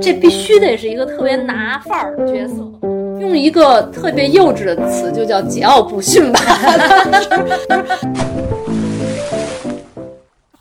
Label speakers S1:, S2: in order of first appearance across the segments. S1: 这必须得是一个特别拿范儿的角色。用一个特别幼稚的词，就叫桀骜不驯吧。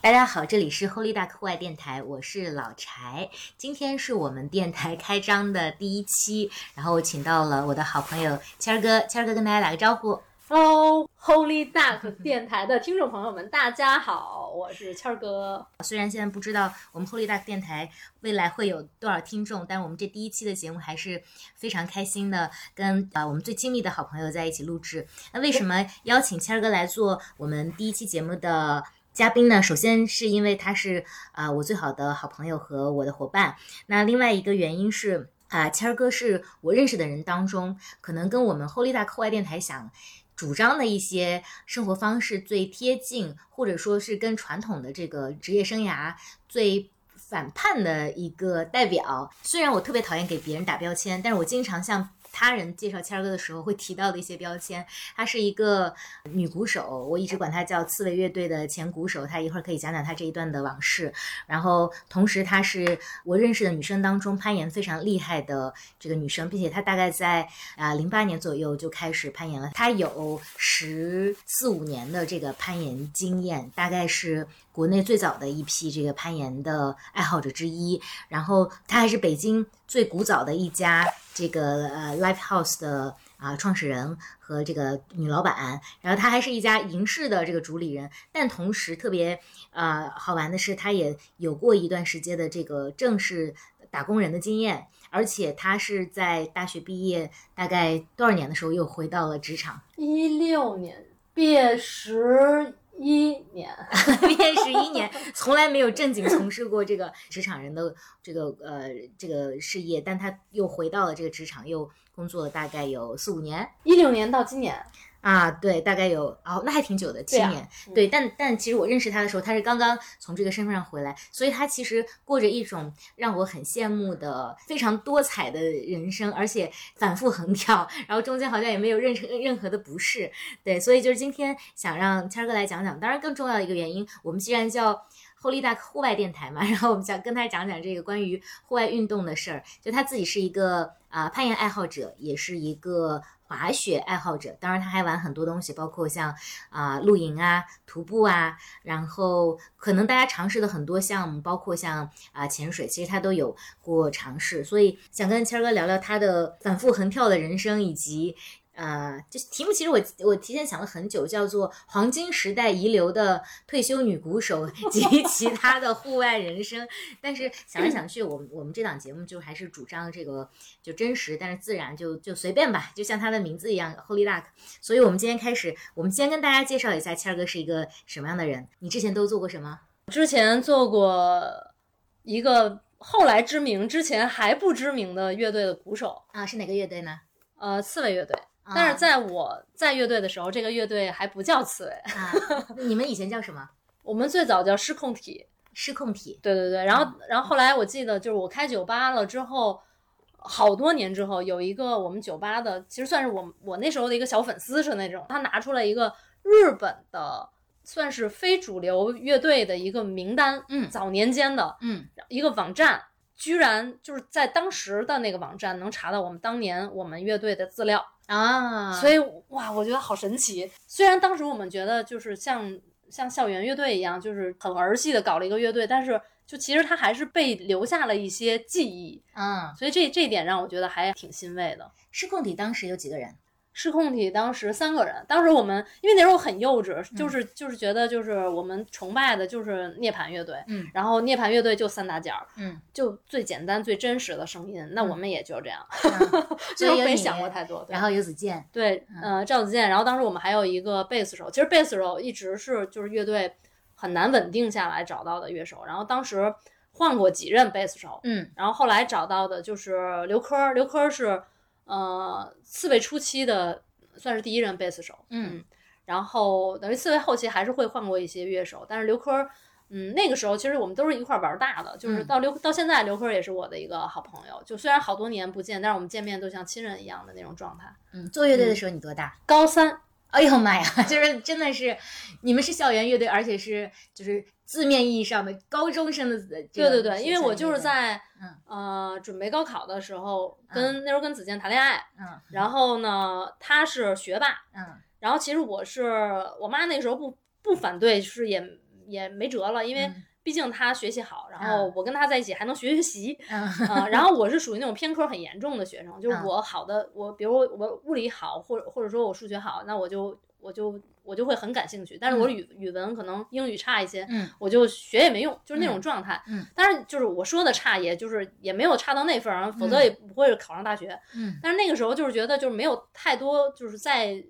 S2: 大家好，这里是 Holy Duck 户外电台，我是老柴。今天是我们电台开张的第一期，然后我请到了我的好朋友谦儿哥，谦儿哥跟大家打个招呼。
S1: Hello，Holy Duck 电台的听众朋友们，大家好，我是谦儿哥。
S2: 虽然现在不知道我们 Holy Duck 电台未来会有多少听众，但我们这第一期的节目还是非常开心的，跟啊我们最亲密的好朋友在一起录制。那为什么邀请谦儿哥来做我们第一期节目的嘉宾呢？首先是因为他是啊、我最好的好朋友和我的伙伴，那另外一个原因是。啊，谦儿哥是我认识的人当中，可能跟我们 Holy 大课外电台想主张的一些生活方式最贴近，或者说是跟传统的这个职业生涯最反叛的一个代表。虽然我特别讨厌给别人打标签，但是我经常向他人介绍谦儿哥的时候会提到的一些标签。她是一个女鼓手，我一直管她叫刺猬乐队的前鼓手。她一会儿可以讲讲她这一段的往事。然后，同时她是我认识的女生当中攀岩非常厉害的这个女生，并且她大概在啊零八年左右就开始攀岩了。她有十四五年的这个攀岩经验，大概是国内最早的一批这个攀岩的爱好者之一。然后他还是北京最古早的一家这个呃 live house 的啊、创始人和这个女老板，然后他还是一家银饰的这个主理人，但同时特别呃好玩的是，他也有过一段时间的这个正式打工人的经验，而且他是在大学毕业大概多少年的时候又回到了职场，
S1: 一六年毕业十一年，
S2: 毕业十一年，从来没有正经从事过这个职场人的这个呃这个事业，但他又回到了这个职场，又工作了大概有四五年
S1: 一六年到今年，
S2: 啊，对，大概有哦，那还挺久的，七
S1: 对啊
S2: 年。
S1: 嗯
S2: 对，但但其实我认识他的时候，他是刚刚从这个身份上回来，所以他其实过着一种让我很羡慕的非常多彩的人生，而且反复横跳，然后中间好像也没有任何任何的不适。对，所以就是今天想让谦儿哥来讲讲，当然更重要的一个原因，我们既然叫。后力大户外电台嘛， 然后我们想跟他讲讲这个关于户外运动的事儿。就他自己是一个啊、攀岩爱好者，也是一个滑雪爱好者，当然他还玩很多东西，包括像啊、露营啊、徒步啊，然后可能大家尝试的很多项目，包括像啊、潜水，其实他都有过尝试，所以想跟谦儿哥聊聊他的反复横跳的人生，以及呃，就是题目其实我我提前想了很久，叫做《黄金时代遗留的退休女 鼓手及其他的户外人生》，但是想来想去，我们我们这档节目就还是主张这个就真实，但是自然就就随便吧，就像它的名字一样，Holy Duck。所以我们今天开始，我们先跟大家介绍一下谦儿哥是一个什么样的人。你之前都做过什么？
S1: 之前做过一个后来知名、之前还不知名的乐队的鼓手，
S2: 啊，是哪个乐队呢？
S1: 呃，刺猬乐队。
S2: 啊
S1: 但是在我在乐队的时候，这个乐队还不叫刺猬，
S2: 啊，你们以前叫什么？
S1: 我们最早叫失控体。
S2: 失控体
S1: 对对对，然后然后后来我记得就是我开酒吧了之后，好多年之后有一个我们酒吧的，其实算是我我那时候的一个小粉丝是那种，他拿出来一个日本的算是非主流乐队的一个名单，
S2: 嗯
S1: 早年间的
S2: 嗯
S1: 一个网站，居然就是在当时的那个网站能查到我们当年我们乐队的资料。
S2: 啊，
S1: 所以哇，我觉得好神奇。虽然当时我们觉得就是像像校园乐队一样，就是很儿戏的搞了一个乐队，但是就其实它还是被留下了一些记忆，
S2: 嗯，
S1: 所以这这一点让我觉得还挺欣慰的。
S2: 失控体当时有几个人？
S1: 失控体当时三个人，当时我们因为那时候很幼稚，
S2: 嗯
S1: 就是就是觉得就是我们崇拜的就是涅槃乐队，
S2: 嗯
S1: 然后涅槃乐队就三大件儿，
S2: 嗯，
S1: 就最简单最真实的声音，那
S2: 嗯
S1: 我们也就这样，
S2: 所以有
S1: 没
S2: 你
S1: 想过太多。对
S2: 然后有子健，
S1: 对，
S2: 嗯
S1: 呃，赵子健，然后当时我们还有一个贝斯手，其实贝斯手一直是就是乐队很难稳定下来找到的乐手，然后当时换过几任贝斯手，
S2: 嗯
S1: 然后后来找到的就是刘科，刘科是呃刺猬初期的算是第一任贝斯手，
S2: 嗯
S1: 然后等于刺猬后期还是会换过一些乐手，但是刘科。嗯，那个时候其实我们都是一块儿玩大的，就是
S2: 嗯
S1: 到刘、到现在，刘科也是我的一个好朋友。就虽然好多年不见，但是我们见面都像亲人一样的那种状态。
S2: 嗯，做乐队的时候你多大？
S1: 高三
S2: 哎呦妈呀，就是真的是，你们是校园乐队，而且是就是字面意义上的高中生的呃这
S1: 对
S2: 个
S1: 对对，因为我就是
S2: 阶段
S1: 在
S2: 嗯
S1: 呃准备高考的时候，跟那时候跟子健谈恋爱，
S2: 嗯
S1: 然后呢，他是学霸，
S2: 嗯
S1: 然后其实我是我妈那时候不不反对，是也也没辙了，因为
S2: 嗯
S1: 毕竟他学习好，然后我跟他在一起还能学学 习
S2: 嗯
S1: 啊、然后我是属于那种偏科很严重的学生，就是
S2: 嗯
S1: 我好的，我比如我我物理好，或者或者说我数学好，那我就我就我就会很感兴趣，但是我语语文可能英语差一些，
S2: 嗯
S1: 我就学也没用，就是那种状态。
S2: 嗯
S1: 但是就是我说的差，也就是也没有差到那份儿，啊否则也不会考上大学。
S2: 嗯
S1: 但是那个时候就是觉得就是没有太多就是在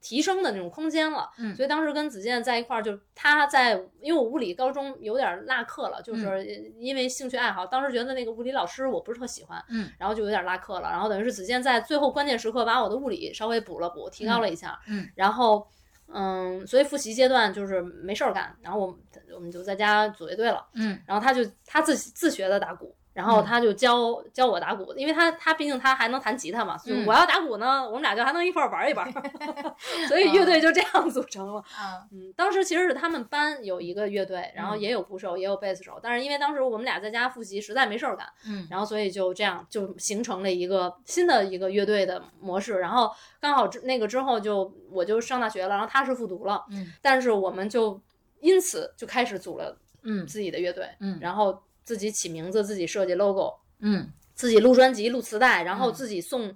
S1: 提升的那种空间了，
S2: 嗯
S1: 所以当时跟子健在一块儿，就是他在因为我物理高中有点落课了，就是
S2: 嗯
S1: 因为兴趣爱好，当时觉得那个物理老师我不是特喜欢，
S2: 嗯，
S1: 然后就有点落课了，然后等于是子健在最后关键时刻把我的物理稍微补了补，提高了一下，
S2: 嗯
S1: 然后。嗯，所以复习阶段就是没事儿干，然后我们我们就在家组乐队了。
S2: 嗯
S1: 然后他就他自己自学的打鼓，然后
S2: 嗯
S1: 他就教、教我打鼓，因为他他毕竟他还能弹吉他嘛，所以
S2: 嗯
S1: 我要打鼓呢，我们俩就还能一块儿玩一玩儿， 所以乐队就这样组成了。
S2: 啊
S1: 嗯，当时其实是他们班有一个乐队，然后
S2: 嗯
S1: 也有鼓手，也有贝斯手，但是因为当时我们俩在家复习，实在没事儿干，
S2: 嗯
S1: 然后所以就这样就形成了一个新的一个乐队的模式。然后刚好之那个之后就我就上大学了，然后他是复读了，
S2: 嗯
S1: 但是我们就因此就开始组了
S2: 嗯
S1: 自己的乐队。
S2: 嗯
S1: 然后自己起名字，自己设计 logo，
S2: 嗯
S1: 自己录专辑、录磁带，然后
S2: 嗯
S1: 自己送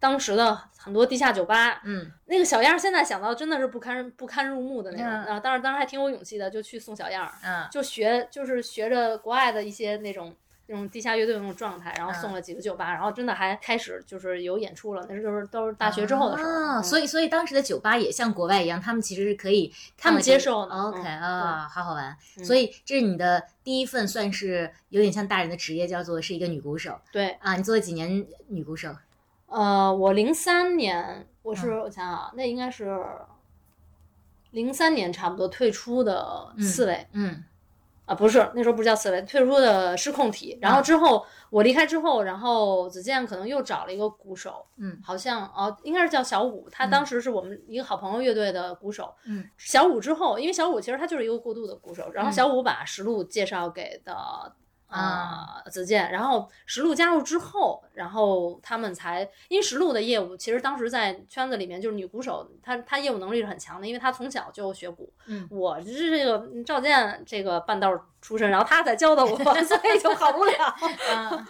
S1: 当时的很多地下酒吧。
S2: 嗯
S1: 那个小样儿现在想到真的是不堪不堪入目的那种。
S2: 嗯
S1: 啊，当时当时还挺有勇气的，就去送小样儿，
S2: 啊
S1: 就学就是学着国外的一些那种。那种地下乐队的那种状态，然后
S2: 嗯
S1: 送了几个酒吧，然后真的还开始就是有演出了，那是就是都是大学之后的事儿。嗯
S2: 啊，所
S1: 以
S2: 以所以当时的酒吧也像国外一样，他们其实是可以
S1: 他们
S2: 呃
S1: 接受的
S2: OK
S1: 嗯
S2: 啊，好好玩。
S1: 嗯
S2: 所以这是你的第一份，算是有点像大人的职业，叫做是一个女鼓手
S1: 对，
S2: 啊。你做了几年女鼓手？
S1: 呃，我零三年，我
S2: 嗯
S1: 是、我想想啊，那应该是零三年差不多退出的刺猬、
S2: 嗯
S1: 啊，不是那时候不叫刺猬，退出的失控体。然
S2: 啊
S1: 后之后、我离开之后，然后子健可能又找了一个鼓手，
S2: 嗯
S1: 好像哦、应该是叫小五，他
S2: 嗯
S1: 当时是我们一个好朋友乐队的鼓手。
S2: 嗯
S1: 小五之后，因为小五其实他就是一个过渡的鼓手，然后
S2: 嗯
S1: 小五把石路介绍给的。
S2: 啊
S1: 呃，子健，然后石路加入之后，然后他们才，因为石路的业务其实当时在圈子里面就是女鼓手，她她业务能力是很强的，因为她从小就学鼓。
S2: 嗯
S1: 我是这个赵健这个半道儿出身，然后他才教 的我，所以就好不了。
S2: 啊
S1: 嗯，
S2: 啊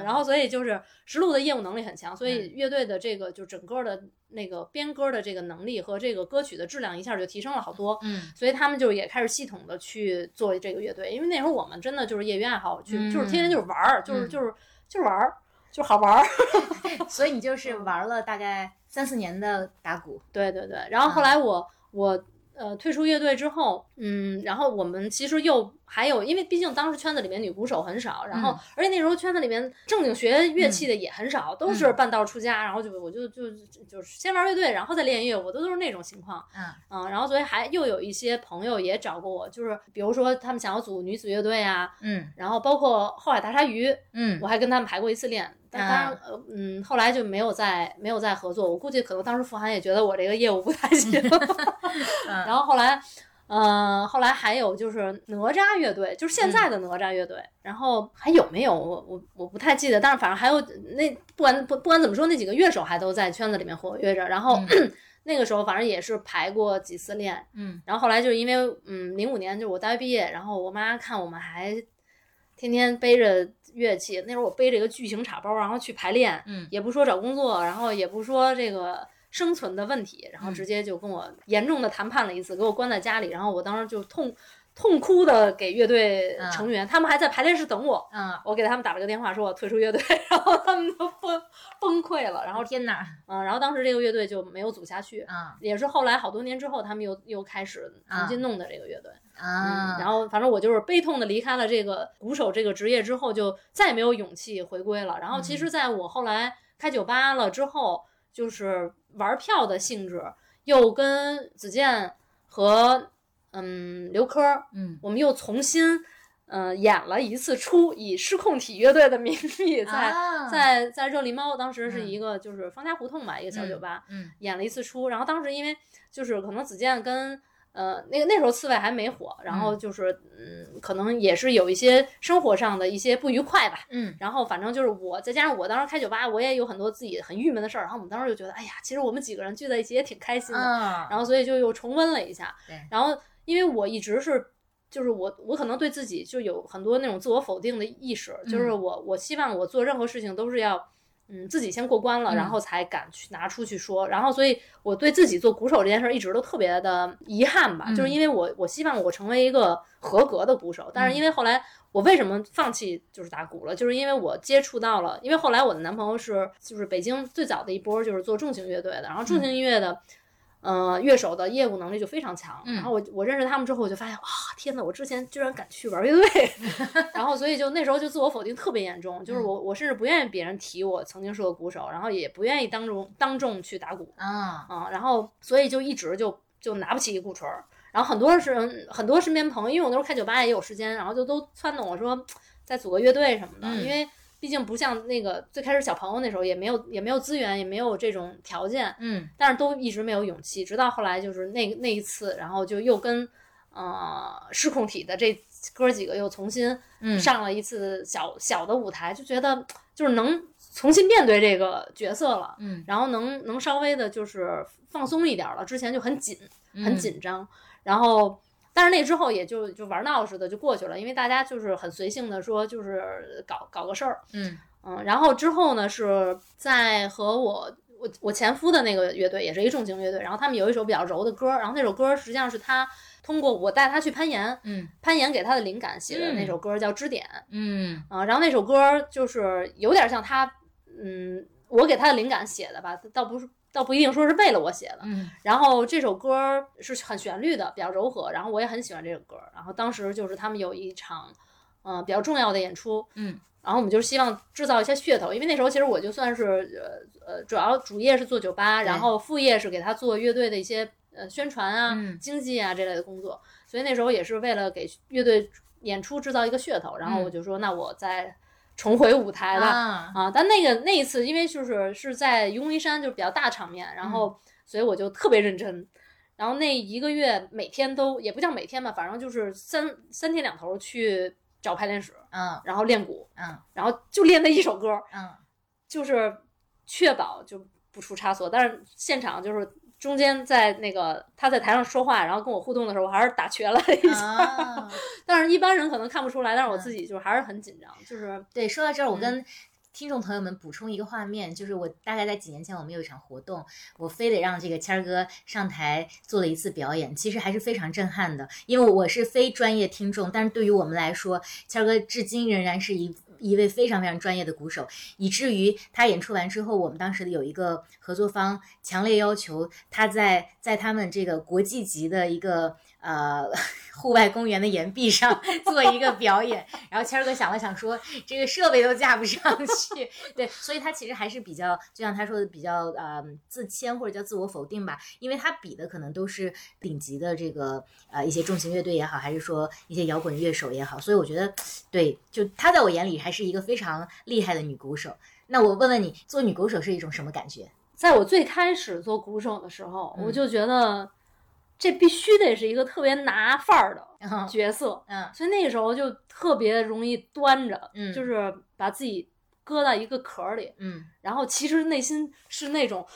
S2: 嗯
S1: 然后所以就是石路的业务能力很强，所以乐队的这个就整个的那个编歌的这个能力和这个歌曲的质量一下就提升了好多。
S2: 嗯
S1: 所以他们就也开始系统的去做这个乐队，因为那时候我们真的就是业余爱好，去、
S2: 嗯
S1: 就是天天就是玩儿，就是
S2: 嗯
S1: 就是就是玩儿，就是好玩儿。
S2: 所以你 就是玩了大概三四年的打鼓。
S1: 对对对。然后后来我、我呃退出乐队之后，嗯，然后我们其实又还有，因为毕竟当时圈子里面女鼓手很少，然后、
S2: 嗯
S1: 而且那时候圈子里面正经学乐器的也很少，
S2: 嗯
S1: 都是半道出家，然后就我就就就就是先玩乐队，然后再练音乐，我都都是那种情况。
S2: 嗯
S1: 嗯，然后所以还又有一些朋友也找过我，就是比如说他们想要组女子乐队啊，
S2: 嗯
S1: 然后包括后海大鲨鱼，
S2: 嗯
S1: 我还跟他们排过一次练，但当然
S2: 啊，
S1: 呃嗯，后来就没有再没有再合作。我估计可能当时傅涵也觉得我这个业务不太行，
S2: 嗯
S1: 然后后来，呃，后来还有就是哪吒乐队，就是现在的
S2: 嗯
S1: 哪吒乐队，然后还有没有我我我不太记得，但是反正还有那不管不不管怎么说，那几个乐手还都在圈子里面活跃着，然后。 那个时候反正也是排过几次练，
S2: 嗯
S1: 然后后来就是因为，嗯，零五年就是我大学毕业，然后我妈看我们还天天背着乐器，那时候我背着一个巨型茶包，然后去排练，
S2: 嗯
S1: 也不说找工作，然后也不说这个生存的问题，然后
S2: 嗯
S1: 直接就跟我严重的谈判了一次，给我关在家里，然后我当时就痛痛哭的给乐队
S2: 嗯
S1: 成员，他们还在排练室等我。
S2: 嗯，
S1: 我给他们打了个电话，说我退出乐队， 然后他们都 崩崩溃了。然后，
S2: 天哪！
S1: 嗯，然后当时这个乐队就没有组下去，
S2: 啊
S1: 也是后来好多年之后，他们又又开始重新弄的这个乐队。
S2: 啊
S1: 嗯，，然后反正我就是悲痛的离开了这个鼓手这个职业之后，就再也没有勇气回归了。然后
S2: 嗯
S1: 其实在我后来开酒吧了之后，就是玩票的性质，又跟子健和嗯刘科儿，
S2: 嗯
S1: 我们又重新。呃，演了一次出，以失控体乐队的名义在、
S2: 啊
S1: 在在热力猫，当时是
S2: 嗯
S1: 一个就是方家胡同吧，一个小酒吧，
S2: 嗯
S1: 演了一次出，然后当时因为就是可能子健跟呃，那个那时候刺猬还没火，然后就是嗯，可能也是有一些生活上的一些不愉快吧。
S2: 嗯
S1: 然后反正就是我，再加上我当时开酒吧，我也有很多自己很郁闷的事儿。然后我们当时就觉得，哎呀，其实我们几个人聚在一起也挺开心的。
S2: 嗯，
S1: 然后所以就又重温了一下
S2: 对。
S1: 然后因为我一直是，就是我我可能对自己就有很多那种自我否定的意识，就是
S2: 嗯
S1: 我我希望我做任何事情都是要。嗯，自己先过关了，
S2: 嗯
S1: 然后才敢去拿出去说。然后，所以我对自己做鼓手这件事儿一直都特别的遗憾吧，
S2: 嗯
S1: 就是因为我我希望我成为一个合格的鼓手，但
S2: 嗯
S1: 是因为后来我为什么放弃就是打鼓了，就是因为我接触到了，因为后来我的男朋友是就是北京最早的一波就是做重型乐队的，然后
S2: 嗯
S1: 重型音乐的。呃，乐手的业务能力就非常强。
S2: 嗯
S1: 然后我我认识他们之后，我就发现，哇、天呐，我之前居然敢去玩乐队， 然后所以就那时候就自我否定特别严重，
S2: 嗯
S1: 就是我我甚至不愿意别人提我曾经是个鼓手，然后也不愿意当众当众去打鼓。
S2: 啊，
S1: 啊，然后所以就一直就就拿不起一鼓槌儿。然后很多人很多身边朋友，因为我那时候开酒吧也有时间，然后就都撺掇我说再组个乐队什么的，
S2: 嗯
S1: 因为毕竟不像那个最开始小朋友那时候也没有也没有资源，也没有这种条件，
S2: 嗯
S1: 但是都一直没有勇气，直到后来就是那那一次，然后就又跟呃失控体的这哥几个又重新
S2: 嗯，
S1: 上了一次小小的舞台，就觉得就是能重新面对这个角色了。
S2: 嗯
S1: 然后能能稍微的就是放松一点儿了，之前就很紧很
S2: 嗯，
S1: 紧张，然后但是那之后也就就玩闹似的就过去了，因为大家就是很随性的说就是搞搞个事儿，
S2: 嗯
S1: 嗯，然后之后呢是在和我我我前夫的那个乐队也是一重型乐队，然后他们有一首比较柔的歌，然后那首歌实际上是他通过我带他去攀岩，
S2: 嗯
S1: 攀岩给他的灵感写的那首歌叫《支点》，
S2: 嗯
S1: 啊，然后那首歌就是有点像他，嗯，我给他的灵感写的吧，倒不是，倒不一定说是为了我写的。
S2: 嗯
S1: 然后这首歌是很旋律的，比较柔和，然后我也很喜欢这首歌。然后当时就是他们有一场，嗯、比较重要的演出，
S2: 嗯，
S1: 然后我们就是希望制造一些噱头，因为那时候其实我就算是呃呃，主要主业是做酒吧，然
S2: 对
S1: 后副业是给他做乐队的一些呃宣传啊、
S2: 嗯
S1: 经济啊这类的工作，所以那时候也是为了给乐队演出制造一个噱头。然后我
S2: 嗯
S1: 就说，那我再重回舞台吧。
S2: 啊，
S1: 啊，但那个那一次，因为就是是在云龙一山，就是比较大场面，然后、所以我就特别认真，然后那一个月每天都也不叫每天吧，反正就是三三天两头去找排练室，
S2: 嗯
S1: 然后练鼓，
S2: 嗯
S1: 然后就练那一首歌，
S2: 嗯
S1: 就是确保就不出差错，但是现场就是中间在那个他在台上说话，然后跟我互动的时候，我还是打瘸了 一下，
S2: 啊。
S1: 但是一般人可能看不出来，但是我
S2: 嗯
S1: 自己就还是很紧张，就是
S2: 对，说到这儿，我
S1: 嗯
S2: 跟听众朋友们补充一个画面，就是我大概在几年前，我们有一场活动，我非得让这个谦儿哥上台做了一次表演，其实还是非常震撼的，因为我是非专业听众，但是对于我们来说，谦儿哥至今仍然是一。一位非常非常专业的鼓手，以至于他演出完之后，我们当时有一个合作方强烈要求他在在他们这个国际级的一个呃 户外公园的岩壁上 做一个表演，然后谦儿哥想了想说，这个设备都架不上去， 对，所以他其实还是比较，就像他说的，比较呃自谦或者叫自我否定吧，因为他比的可能都是顶级的这个呃一些重型乐队也好，还是说一些摇滚乐手也好，所以我觉得对，就她在我眼里还是一个非常厉害的女鼓手。那我问问你，做女鼓手是一种什么感觉？
S1: 在我最开始做鼓手的时候，
S2: 嗯
S1: 我就觉得这必须得是一个特别拿范儿的
S2: 嗯
S1: 角色，
S2: 嗯
S1: 所以那个时候就特别容易端着，
S2: 嗯
S1: 就是把自己搁到一个壳儿里，
S2: 嗯
S1: 然后其实内心是那 种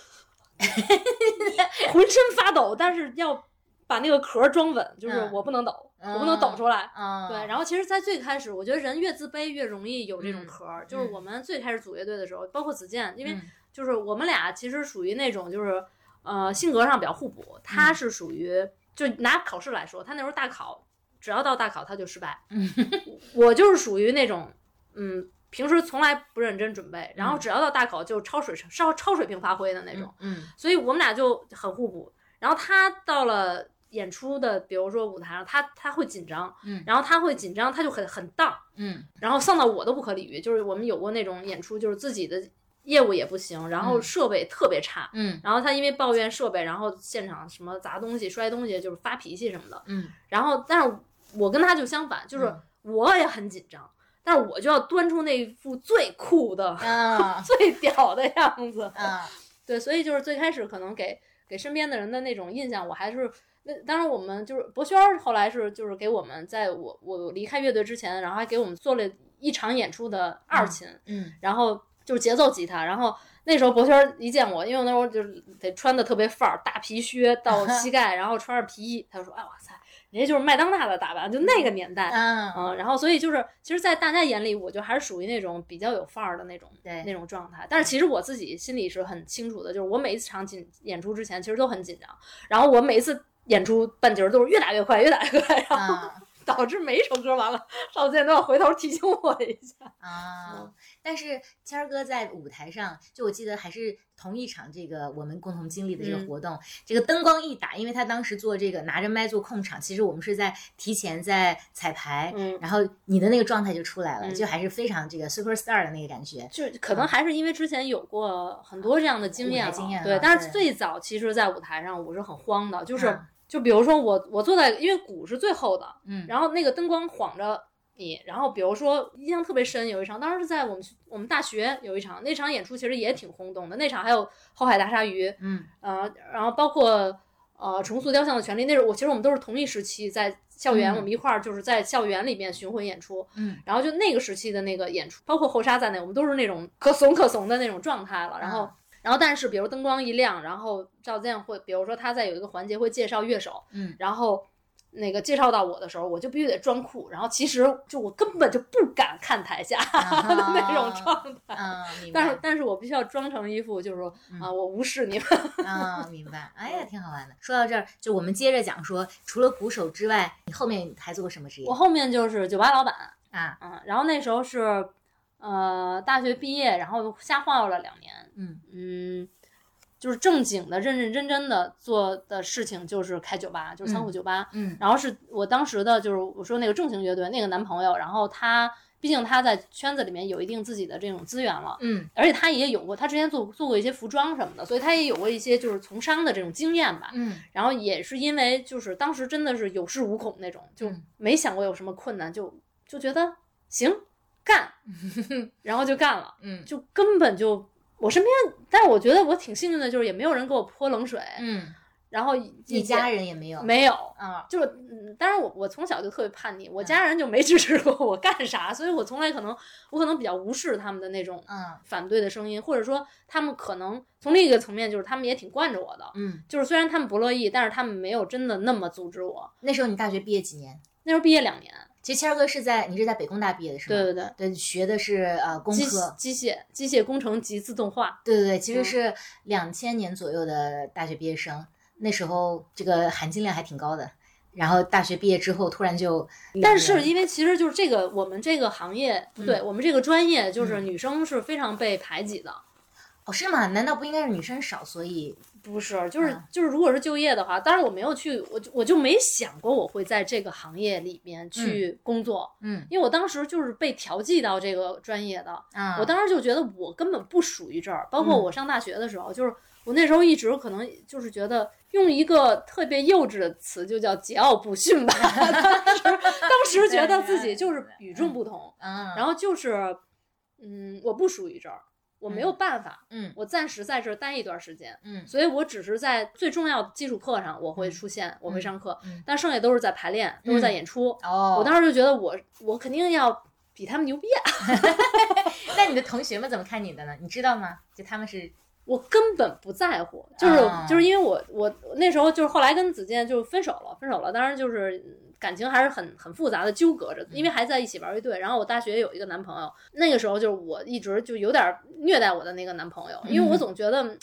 S1: 浑身发抖，但是要把那个壳儿装稳，就是
S2: 嗯
S1: 我不能抖，
S2: 嗯
S1: 我不能抖出来。
S2: 啊，
S1: 对，然后其实，在最开始，我觉得人越自卑越容易有这种
S2: 嗯
S1: 壳儿。就是
S2: 嗯
S1: 我们最开始组乐队的时候，包括子健，因为
S2: 嗯
S1: 就是我们俩其实属于那种就是呃性格上比较互补，
S2: 嗯
S1: 他是属于就拿考试来说，他那时候大考只要到大考他就失败，
S2: 嗯
S1: 我就是属于那种嗯平时从来不认真准备，然后只要到大考就超水超超水平发挥的那种，
S2: 嗯
S1: 所以我们俩就很互补。然后他到了演出的，比如说舞台上，他他会紧张，
S2: 嗯
S1: 然后他会紧张，他就很很荡。
S2: 嗯
S1: 然后丧到我都不可理喻。就是我们有过那种演出，就是自己的业务也不行，然后
S2: 嗯
S1: 设备特别差，
S2: 嗯
S1: 然后他因为抱怨设备，然后现场什么砸东西、摔东西，就是发脾气什么的。
S2: 嗯
S1: 然后，但是我跟他就相反，就是
S2: 嗯
S1: 我也很紧张，但是我就要端出那副最酷的、
S2: 啊
S1: 最屌的样子。
S2: 啊
S1: 对，所以就是最开始可能给给身边的人的那种印象，我还是那当然我们就是博轩儿后来是就是给我们在我我离开乐队之前，然后还给我们做了一场演出的二琴，
S2: 嗯，
S1: 然后就是节奏吉他，然后那时候博轩儿一见我，因为我那时候就是得穿的特别范儿，大皮靴 到膝盖，然后穿着皮衣，他就说：“哎，哇塞，人家就是麦当娜的打扮，就那个年代。”
S2: 嗯，
S1: 嗯，然后所以就是，其实，在大家眼里，我就还是属于那种比较有范儿的那种
S2: 对
S1: 那种状态。但是其实我自己心里是很清楚的，就是我每一次场紧演出之前，其实都很紧张。然后我每一次演出半截儿都是越打越快，越打越快，然 后
S2: 啊
S1: 导致每一首歌完了，邵健都要回头提醒我一下。
S2: 啊！但是谦儿哥在舞台上，就我记得还是同一场这个我们共同经历的这个
S1: 嗯
S2: 活动，这个灯光一打，因为他当时做这个拿着麦做控场，其实我们是在提前在彩排，
S1: 嗯，
S2: 哎然后你的那个状态就出来了，
S1: 嗯
S2: 就还是非常这个 super star 的那个感觉。
S1: 就可能还是因为之前有过很多这样的经验
S2: 舞
S1: 了，
S2: 台经验
S1: 对
S2: 了。
S1: 但是
S2: 对
S1: 最早其实，在舞台上我是很慌的，就是、
S2: 嗯
S1: 就比如说我我坐在，因为鼓是最后的，
S2: 嗯
S1: 然后那个灯光晃着你，然后比如说印象特别深，有一场当时是在我们我们大学有一场，那场演出其实也挺轰动的，那场还有后海大鲨鱼，
S2: 嗯
S1: 呃，然后包括呃重塑雕像的权利，那是我其实我们都是同一时期在校园，
S2: 嗯
S1: 我们一块儿就是在校园里面巡回演出，
S2: 嗯，
S1: 然后就那个时期的那个演出，包括后沙在内，我们都是那种可怂可怂的那种状态了。然
S2: 嗯
S1: 后，然后但是比如灯光一亮，然后赵健会，比如说他在有一个环节会介绍乐手，
S2: 嗯，
S1: 然后那个介绍到我的时候，我就必须得装酷。然后其实就我根本就不敢看台下的 那种状态，
S2: 嗯，啊明
S1: 但是
S2: 白，
S1: 但是我必须要装成一副就是说
S2: 嗯
S1: 啊，我无视你们。
S2: 嗯，明白。哎呀，挺好玩的。说到这儿，就我们接着讲说，除了鼓手之外，你后面还做过什么职业
S1: 我后面就是酒吧老板，
S2: 啊？
S1: 嗯，然后那时候是呃大学毕业，然后瞎晃悠了两年，
S2: 嗯
S1: 嗯，就是正经的、认认真真的做的事情就是开酒吧，就是仓库酒吧。
S2: 嗯
S1: 然后是我当时的，就是我说那个重型乐队那个男朋友，然后他毕竟他在圈子里面有一定自己的这种资源了，
S2: 嗯
S1: 而且他也有过，他之前做做过一些服装什么的，所以他也有过一些就是从商的这种经验吧。
S2: 嗯
S1: 然后也是因为就是当时真的是有恃无恐那种，就
S2: 嗯
S1: 没想过有什么困难，就就觉得行 干，然后就干了。
S2: 嗯
S1: 就根本就我身边，但是我觉得我挺幸运的，就是也没有人给我泼冷水，
S2: 嗯，
S1: 然后
S2: 你家人也没有
S1: 没有。
S2: 啊？
S1: 就是，嗯当然我我从小就特别叛逆，我
S2: 嗯
S1: 家人就没 支持过我干啥，所以我从来可能我可能比较无视他们的那种
S2: 嗯
S1: 反对的声音，或者说他们可能从另一个层面就是他们也挺惯着我的，
S2: 嗯，
S1: 就是虽然他们不乐意，但是他们没有真的那么阻止我。
S2: 那时候你大学毕业几年？
S1: 那时候毕业两年，
S2: 其实谦儿哥是在你是在北工大毕业的是
S1: 对
S2: 吗？
S1: 对对，
S2: 对，学的是呃工
S1: 机
S2: 科，
S1: 机械机械工程及自动化，
S2: 对对对，其实
S1: 嗯
S2: 是两千年左右的大学毕业生，那时候这个含金量还挺高的。然后大学毕业之后，突然就，
S1: 但是因为其实就是这个我们这个行业，
S2: 嗯
S1: 对我们这个专业，就是
S2: 嗯
S1: 女生是非常被排挤的。
S2: 哦，是吗？难道不应该是女生少，所以
S1: 不是，就是、
S2: 啊
S1: 就是，如果是就业的话，当然我没有去，我就我就没想过我会在这个行业里面去工作，
S2: 嗯
S1: 因为我当时就是被调剂到这个专业的，
S2: 啊，
S1: 我当时就觉得我根本不属于这儿。包
S2: 嗯
S1: 括我上大学的时候，就是我那时候一直可能就是觉得用一个特别幼稚的词，就叫桀骜不驯吧。 当时当时觉得自己就是与众不同，
S2: 啊，
S1: 然后就是，嗯，我不属于这儿，我没有办法，
S2: 嗯
S1: 我暂时在这儿待一段时间，
S2: 嗯
S1: 所以我只是在最重要的基础课上我会出现，我会上课，
S2: 嗯
S1: 但剩下都是在排练，都是在
S2: 嗯
S1: 演出。
S2: 哦，
S1: 我当时就觉得我我肯定要比他们牛逼啊！
S2: 那你的同学们怎么看你的呢？你知道吗？就他们是
S1: 我根本不在乎，就是、
S2: 啊
S1: 就是因为我我我那时候就是后来跟子健就分手了，分手了，当然就是嗯感情还是很很复杂的纠葛着，
S2: 嗯
S1: 因为还在一起玩乐队。然后我大学有一个男朋友，那个时候就是我一直就有点虐待我的那个男朋友，因为我总觉得。嗯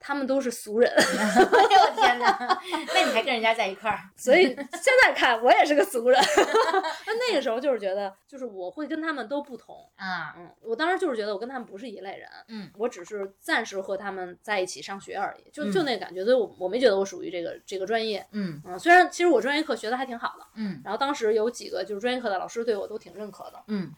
S1: 他们都是俗人，
S2: 哎呦我天哪！那你还跟人家在一块 儿？
S1: 所以现在看我也是个俗人。 那那个时候就是觉得，就是我会跟他们都不同。
S2: 啊，
S1: 嗯，我当时就是觉得我跟他们不是一类人。
S2: 嗯，
S1: 我只是暂时和他们在一起上学而已，就
S2: 嗯
S1: 就那个感觉，所以我我没觉得我属于这个这个专业。
S2: 嗯
S1: 嗯，虽然其实我专业课学的还挺好的，
S2: 嗯
S1: 然后当时有几个就是专业课的老师对我都挺认可的，
S2: 嗯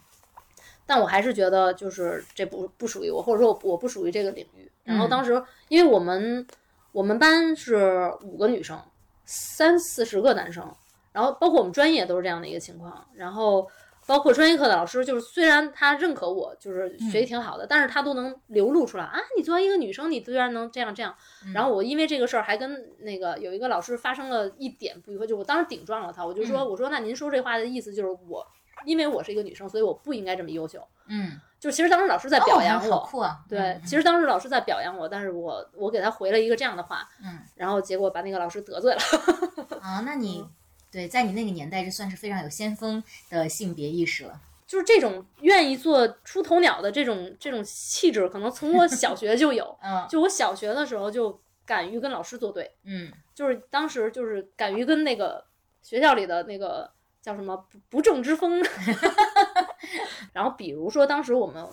S1: 但我还是觉得就是这不不属于我，或者说我不我不属于这个领域。然后
S2: 嗯
S1: 当时因为我们我们班是五个女生，三四十个男生，然后包括我们专业都是这样的一个情况，然后。包括专业课的老师，就是虽然他认可我就是学习挺好的，但是他都能流露出来啊，你作为一个女生，你居然能这样这样。然后我因为这个事儿还跟那个有一个老师发生了一点不愉快，就我当时顶撞了他，我就说我说那您说这话的意思就是我因为我是一个女生，所以我不应该这么优秀。
S2: 嗯，
S1: 就其实当时老师在表扬
S2: 哦好
S1: 我，
S2: 酷啊！
S1: 对
S2: 嗯，
S1: 其实当时老师在表扬我，但是我我给他回了一个这样的话，
S2: 嗯，
S1: 然后结果把那个老师得罪了。
S2: 啊，那你对在你那个年代，这算是非常有先锋的性别意识了。。
S1: 就是这种愿意做出头鸟的这种这种气质，可能从我小学就有
S2: 嗯
S1: 就我小学的时候就敢于跟老师作对，
S2: 嗯
S1: 就是当时就是敢于跟那个学校里的那个叫什么不不正之风。 然后比如说当时我们。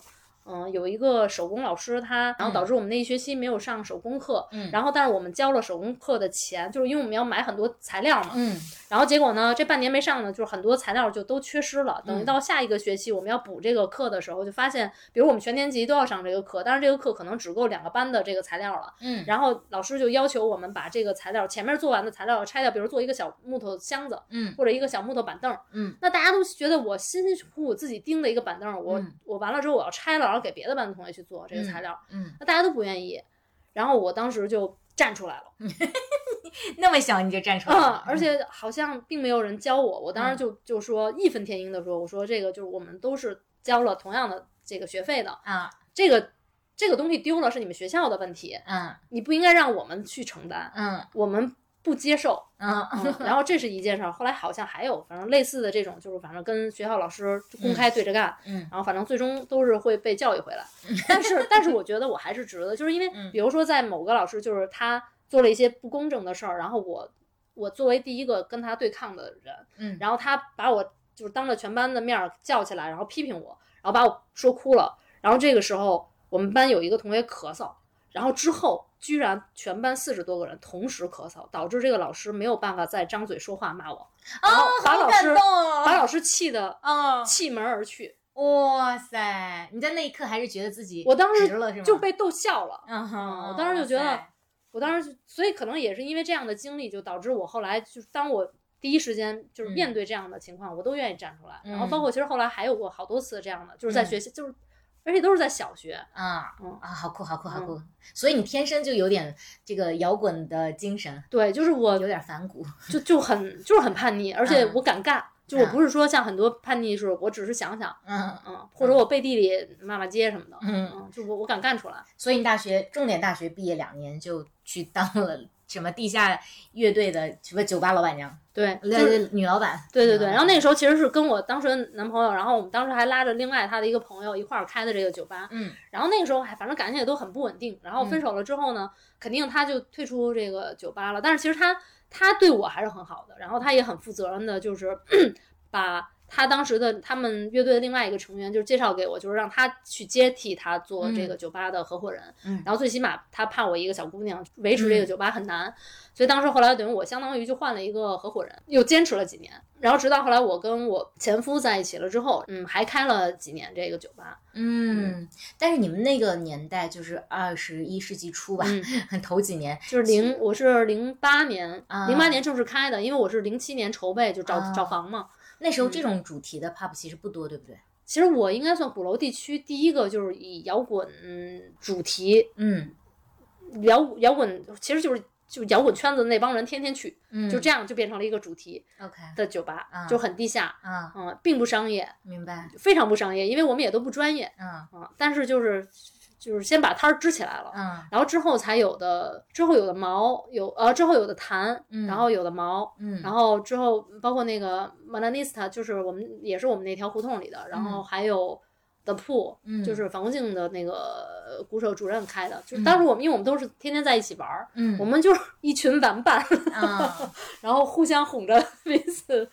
S1: 嗯，有一个手工老师，他然后导致我们那一学期没有上手工课，
S2: 嗯
S1: 然后但是我们交了手工课的钱，就是因为我们要买很多材料嘛，
S2: 嗯
S1: 然后结果呢，这半年没上呢，就是很多材料就都缺失了。
S2: 嗯
S1: 等于到下一个学期我们要补这个课的时候，就发现，比如我们全年级都要上这个课，但是这个课可能只够两个班的这个材料了。
S2: 嗯
S1: 然后老师就要求我们把这个材料前面做完的材料拆掉，比如做一个小木头箱子
S2: 嗯
S1: 或者一个小木头板凳。
S2: 嗯
S1: 那大家都觉得我辛辛苦苦自己钉的一个板凳，我、
S2: 嗯
S1: 我完了之后我要拆了，然后给别的班的同学去做这个材料，
S2: 嗯，
S1: 那大家都不愿意。然后我当时就站出来了。
S2: 那么小你就站出来
S1: 嗯
S2: 了，，
S1: 而且好像并没有人教我，我
S2: 嗯
S1: 当时就就说义愤填膺的说，我说这个就是我们都是交了同样的这个学费的，
S2: 啊
S1: 这个这个东西丢了是你们学校的问题，
S2: 嗯
S1: 你不应该让我们去承担，
S2: 嗯
S1: 我们不接受。
S2: 嗯
S1: 嗯、然后这是一件事儿，后来好像还有，反正类似的这种，就是反正跟学校老师公开对着干，
S2: 嗯
S1: 然后反正最终都是会被教育回来。但 是，但是我觉得我还是值得，就是因为
S2: 嗯
S1: 比如说在某个老师，就是他做了一些不公正的事儿，然后我我作为第一个跟他对抗的人，
S2: 嗯，
S1: 然后他把我就是当着全班的面儿叫起来，然后批评我，然后把我说哭了。然后这个时候，我们班有一个同学咳嗽，然后之后居然全班四十多个人同时咳嗽，导致这个老师没有办法再张嘴说话骂我，然后把
S2: 哦好
S1: 老
S2: 感
S1: 师、
S2: 动哦
S1: 把老师气的
S2: 哦，
S1: 气门而去。
S2: 哇塞！你在那一刻还是觉得自己
S1: 我当时
S2: 值了是吗？
S1: 就被逗笑了。
S2: 嗯哼，
S1: 我当时就觉得
S2: 哇塞
S1: 我当时就，所以可能也是因为这样的经历，就导致我后来就是当我第一时间就是
S2: 嗯
S1: 面对这样的情况，我都愿意站出来。然后
S2: 嗯
S1: 包括其实后来还有过好多次这样的，就是在
S2: 嗯
S1: 学习，就是而且都是在小学。
S2: 啊
S1: 嗯
S2: 啊，好酷好酷好酷！所以你天生就有点这个摇滚的精神，
S1: 对，就是我
S2: 有点反骨。
S1: 就就很就是很叛逆，而且
S2: 嗯
S1: 我敢干。就我
S2: 嗯
S1: 不是说像很多叛逆是，我只是想想，
S2: 嗯
S1: 嗯，或者我背地里骂骂街什么的，
S2: 嗯，
S1: 嗯，就我我敢干出来。
S2: 所以你大学重点大学毕业两年就去当了什么地下乐队的什么酒吧老板娘，
S1: 对，就
S2: 对
S1: 是
S2: 对，女老板。嗯
S1: 对对
S2: 女
S1: 对，
S2: 老板
S1: 然后那个时候其实是跟我当时的男朋友，然后我们当时还拉着另外他的一个朋友一块儿开的这个酒吧，
S2: 嗯
S1: 然后那个时候还反正感情也都很不稳定，然后分手了之后呢，肯定他就退出这个酒吧了，但是其实他他对我还是很好的，然后他也很负责任的，就是 把他当时的他们乐队的另外一个成员就是介绍给我，就是让他去接替他做这个酒吧的合伙人，
S2: 嗯
S1: 然后最起码他怕我一个小姑娘维持这个酒吧很难，所以当时后来等于我相当于就换了一个合伙人，又坚持了几年，然后直到后来我跟我前夫在一起了之后，嗯，还开了几年这个酒吧，
S2: 嗯，但是你们那个年代就是二十一世纪初吧，
S1: 嗯
S2: 头几年
S1: 就是零我是零八年
S2: 啊，
S1: 零八年正式开的，因为我是零七年筹备就找
S2: 啊
S1: 找房嘛。
S2: 那
S1: 嗯
S2: 时候这种主题的 pub 其实不多，对不对？
S1: 其实我应该算鼓楼地区第一个，就是以摇滚嗯主题，
S2: 嗯
S1: 摇摇滚其实就是就摇滚圈子那帮人天天去，
S2: 嗯，
S1: 就这样就变成了一个主题
S2: OK
S1: 的酒吧
S2: 啊，
S1: 就很地下，
S2: 啊，
S1: 嗯，并不商业，
S2: 明白，
S1: 非常不商业，因为我们也都不专业
S2: 嗯
S1: 啊。但是就是就是先把摊儿支起来了，
S2: 嗯
S1: 然后之后才有的，之后有的毛有呃，之后有的弹，
S2: 嗯
S1: 然后有的毛，
S2: 嗯，
S1: 然后之后包括那个 Mananista，就是我们也是我们那条胡同里的，然后还有 The Pool，、
S2: 嗯
S1: 就是房静的那个呃鼓手主任开的，就是当时我们因为我们都是天天在一起玩儿，
S2: 嗯
S1: 我们就是一群玩伴，
S2: 啊
S1: 然后互相哄着彼此，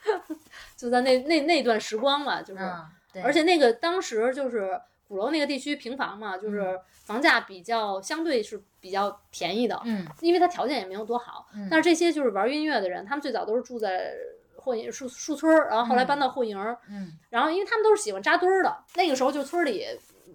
S1: 就在那那那段时光吧，就是。
S2: 嗯，对，
S1: 而且那个当时就是鼓楼那个地区平房嘛，
S2: 嗯
S1: 就是房价比较相对是比较便宜的，
S2: 嗯
S1: 因为它条件也没有多好。
S2: 嗯
S1: 但是这些就是玩音乐的人，他们最早都是住在霍营树树村儿，然后后来搬到霍营儿，
S2: 嗯
S1: 然后因为他们都是喜欢扎堆儿的，那个时候就村儿里。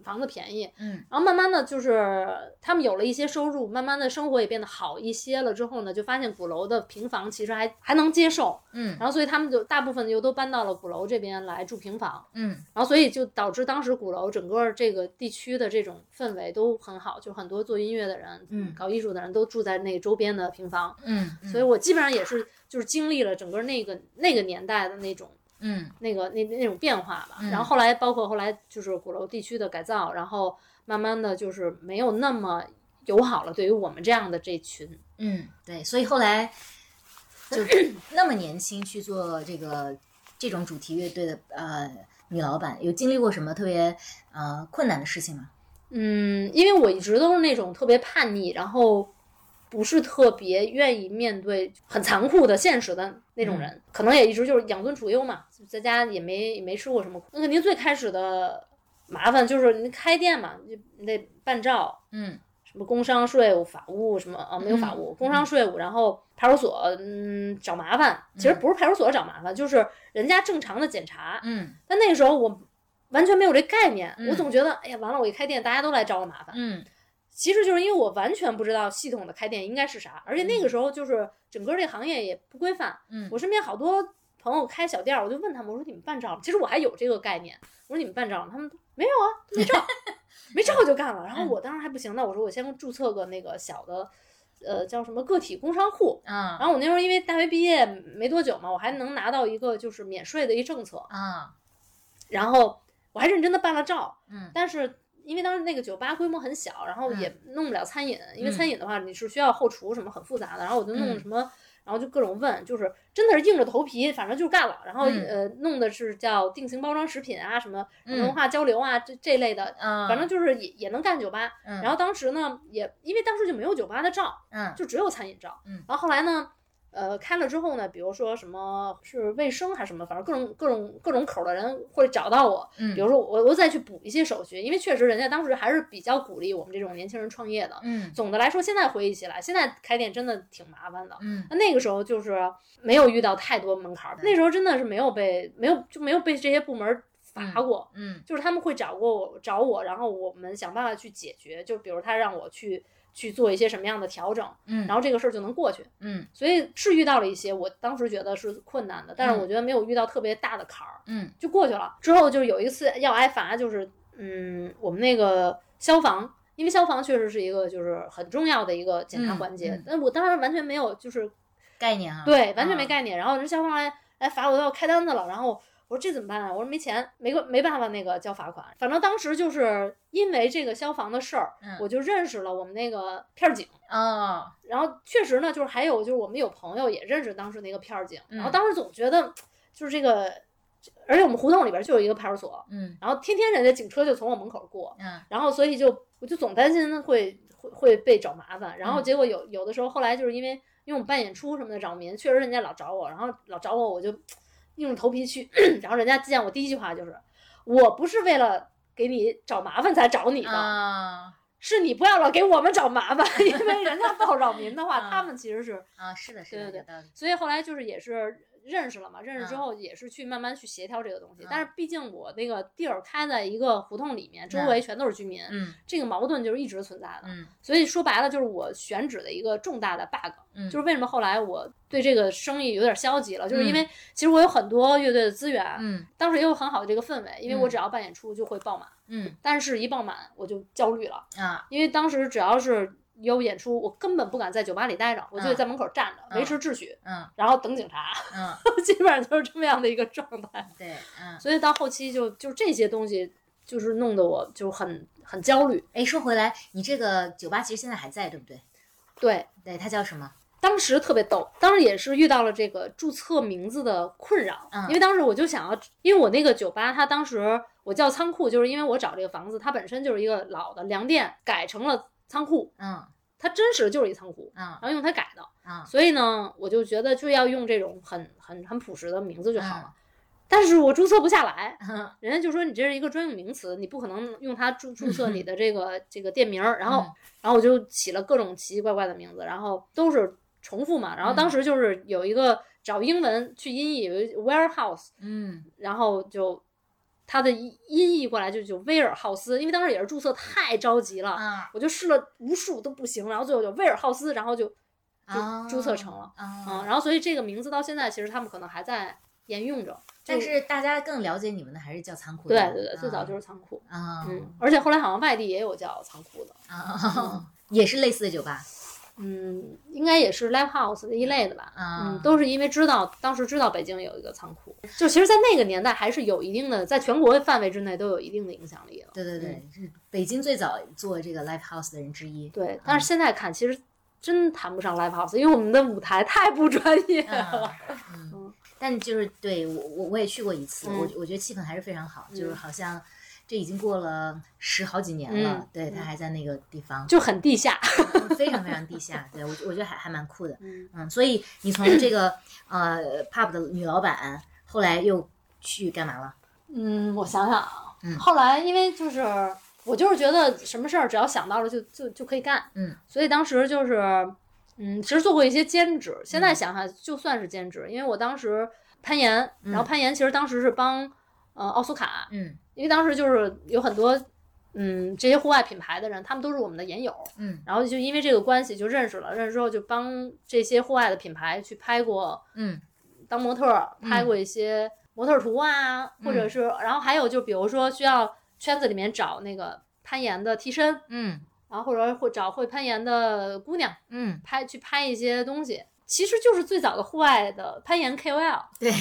S1: 房子便宜，
S2: 嗯，
S1: 然后慢慢的就是他们有了一些收入，慢慢的生活也变得好一些了之后呢，就发现鼓楼的平房其实还还能接受，
S2: 嗯
S1: 然后所以他们就大部分又都搬到了鼓楼这边来住平房，
S2: 嗯
S1: 然后所以就导致当时鼓楼整个这个地区的这种氛围都很好，就很多做音乐的人，
S2: 嗯
S1: 搞艺术的人都住在那个周边的平房，
S2: 嗯，嗯
S1: 所以我基本上也是就是经历了整个那个那个年代的那种
S2: 嗯
S1: 那个那那种变化吧。
S2: 嗯
S1: 然后后来包括后来就是鼓楼地区的改造，然后慢慢的就是没有那么友好了，对于我们这样的这群。
S2: 嗯，对，所以后来就那么年轻去做这个这种主题乐队的呃女老板，有经历过什么特别呃困难的事情吗？
S1: 嗯，因为我一直都是那种特别叛逆，然后不是特别愿意面对很残酷的现实的那
S2: 嗯
S1: 种人，可能也一直就是养尊处优嘛，在家也没也没吃过什么苦。那肯定最开始的麻烦就是你开店嘛，你你得办照，
S2: 嗯
S1: 什么工商税务、法务什么啊，没有法务，工商税务，然后派出所，嗯，找麻烦。其实不是派出所找麻烦，就是人家正常的检查。
S2: 嗯
S1: 但那个时候我完全没有这概念，
S2: 嗯
S1: 我总觉得，哎呀，完了，我一开店，大家都来找我麻烦。
S2: 嗯
S1: 其实就是因为我完全不知道系统的开店应该是啥，而且那个时候就是整个这行业也不规范。
S2: 嗯
S1: 我身边好多朋友开小店儿，我就问他们，我说你们办照了？其实我还有这个概念，我说你们办照了？他们都没有啊，没照，没照就干了。然后我当时还不行呢，我说我先注册个那个小的，呃，叫什么个体工商户。
S2: 啊
S1: 然后我那时候因为大学毕业没多久嘛，我还能拿到一个就是免税的一政策，
S2: 啊
S1: 然后我还认真的办了照，
S2: 嗯
S1: 但是因为当时那个酒吧规模很小，然后
S2: 嗯
S1: 也弄不了餐饮，因为
S2: 嗯
S1: 餐饮的话你是需要后厨什么很复杂的，然后我就弄
S2: 嗯
S1: 什么。然后就各种问，就是真的是硬着头皮，反正就是干了。然后、
S2: 嗯
S1: 呃，弄的是叫定型包装食品啊，什么
S2: 嗯
S1: 文化交流啊，这这类的，
S2: 啊，
S1: 反正就是也也能干酒吧。
S2: 嗯
S1: 然后当时呢，也因为当时就没有酒吧的照，
S2: 嗯
S1: 就只有餐饮照。
S2: 嗯
S1: 然后后来呢，呃，开了之后呢，比如说什么是卫生还是什么，反正各种各种各种口儿的人会找到我，
S2: 嗯
S1: 比如说我我再去补一些手续，因为确实人家当时还是比较鼓励我们这种年轻人创业的。
S2: 嗯
S1: 总的来说，现在回忆起来，现在开店真的挺麻烦的。
S2: 嗯
S1: 那那个时候就是没有遇到太多门槛儿，
S2: 对
S1: 那时候真的是没有被没有就没有被这些部门罚过，
S2: 嗯
S1: 就是他们会找过我找我，然后我们想办法去解决，就比如他让我去去做一些什么样的调整，
S2: 嗯，
S1: 然后这个事儿就能过去。
S2: 嗯
S1: 所以是遇到了一些我当时觉得是困难的，但是
S2: 嗯
S1: 我觉得没有遇到特别大的坎儿，
S2: 嗯
S1: 就过去了。之后就是有一次要挨罚，就是嗯，我们那个消防，因为消防确实是一个就是很重要的一个检查
S2: 嗯
S1: 环节，
S2: 嗯
S1: 但我当时完全没有就是
S2: 概念哈，
S1: 对完全没
S2: 啊
S1: 概念，然后人消防来来罚我都要开单子了，然后。我说这怎么办啊？我说没钱，没个没办法那个交罚款。反正当时就是因为这个消防的事儿，
S2: 嗯
S1: 我就认识了我们那个片儿警。
S2: 哦
S1: 然后确实呢，就是还有就是我们有朋友也认识当时那个片儿警，
S2: 嗯
S1: 然后当时总觉得就是这个，而且我们胡同里边就有一个派出所，
S2: 嗯
S1: 然后天天人家警车就从我门口过，
S2: 嗯
S1: 然后所以就我就总担心会会会被找麻烦，然后结果有有的时候后来就是因为因为我们办演出什么的扰民，确实人家老找我，然后老找我我就硬着头皮去， 然后人家见我第一句话就是我不是为了给你找麻烦才找你的，
S2: 啊
S1: 是你不要老给我们找麻烦， 因为人家报扰民的话，
S2: 啊
S1: 他们其实是，
S2: 啊是的是的，
S1: 对对
S2: 有道理，
S1: 所以后来就是也是认识了嘛，认识之
S2: 啊
S1: 后也是去慢慢去协调这个东西
S2: 啊。
S1: 但是毕竟我那个地儿开在一个胡同里面，周
S2: 嗯
S1: 围全都是居民，
S2: 嗯
S1: 这个矛盾就是一直存在的。
S2: 嗯
S1: 所以说白了，就是我选址的一个重大的 bug，
S2: 嗯，
S1: 就是为什么后来我对这个生意有点消极了，就是因
S2: 嗯
S1: 为其实我有很多乐队的资源，
S2: 嗯
S1: 当时也有很好的这个氛围，因为我
S2: 嗯
S1: 只要办演出就会爆满，
S2: 嗯
S1: 但是一爆满我就焦虑了。
S2: 啊
S1: 因为当时只要是有演出，我根本不敢在酒吧里待着，我就得在门口站着、
S2: 嗯
S1: 维持秩序，
S2: 嗯
S1: 然后等警察，
S2: 嗯
S1: 基本上就是这么样的一个状态。
S2: 对嗯。
S1: 所以到后期就就这些东西，就是弄得我就很很焦虑。
S2: 哎，说回来，你这个酒吧其实现在还在，对不对？
S1: 对，
S2: 对，它叫什么？
S1: 当时特别逗，当时也是遇到了这个注册名字的困扰，
S2: 嗯
S1: 因为当时我就想要，因为我那个酒吧，它当时我叫仓库，就是因为我找这个房子，它本身就是一个老的粮店，改成了仓库，
S2: 嗯
S1: 它真实就是一仓库，
S2: 嗯
S1: 然后用它改的。
S2: 嗯
S1: 所以呢，我就觉得就要用这种很很很朴实的名字就好了。但是我注册不下来，
S2: 嗯
S1: 人家就说你这是一个专用名词，你不可能用它注注册你的这个这个店名儿。然后
S2: 嗯，
S1: 然后我就起了各种奇奇怪怪的名字，然后都是重复嘛。然后
S2: 嗯
S1: 当时就是有一个找英文去音译有一 warehouse，
S2: 嗯
S1: 然后就它的音译过来就就威尔浩斯，因为当时也是注册太着急了，
S2: 啊，
S1: 我就试了无数都不行，然后最后就威尔浩斯，然后就就注册成了，嗯，
S2: 啊。
S1: 然后所以这个名字到现在其实他们可能还在沿用着，就
S2: 但是大家更了解你们的还是叫仓库的。
S1: 对对对，最早就是是仓库，
S2: 啊
S1: 嗯，而且后来好像外地也有叫仓库的，
S2: 啊，也是类似的酒吧
S1: 嗯，应该也是 live house 的一类的吧。
S2: 啊，
S1: 嗯，都是因为知道当时知道北京有一个仓库，就其实，在那个年代还是有一定的，在全国范围之内都有一定的影响力了。
S2: 对对
S1: 嗯
S2: 对，是北京最早做这个 live house 的人之一。
S1: 对，但是现在看，其实真谈不上 live house，因为我们的舞台太不专业 了。
S2: 嗯，嗯但就是对我我我也去过一次，
S1: 嗯
S2: 我我觉得气氛还是非常好，就是
S1: 嗯
S2: 好像这已经过了十好几年了，
S1: 嗯
S2: 对
S1: 嗯
S2: 他还在那个地方，
S1: 就很地下。
S2: 非常非常地下，对我我觉得还还蛮酷的，
S1: 嗯
S2: 嗯，所以你从这个 呃 pub 的女老板，后来又去干嘛了？
S1: 嗯，我想想啊，
S2: 嗯
S1: 后来因为就是我就是觉得什么事儿只要想到了就就就可以干，
S2: 嗯，
S1: 所以当时就是嗯，其实做过一些兼职，现
S2: 嗯
S1: 在想想就算是兼职，因为我当时攀岩，
S2: 嗯
S1: 然后攀岩其实当时是帮呃奥斯卡，
S2: 嗯
S1: 因为当时就是有很多。嗯，这些户外品牌的人，他们都是我们的岩友，
S2: 嗯
S1: 然后就因为这个关系就认识了，认识之后就帮这些户外的品牌去拍过
S2: 嗯
S1: 当模特儿拍过一些模特儿图啊，或
S2: 嗯
S1: 者是然后还有就比如说需要圈子里面找那个攀岩的替身，
S2: 嗯
S1: 然后或者会找会攀岩的姑娘
S2: 嗯，
S1: 拍去拍一些东西，其实就是最早的户外的攀岩 KOL。
S2: 对，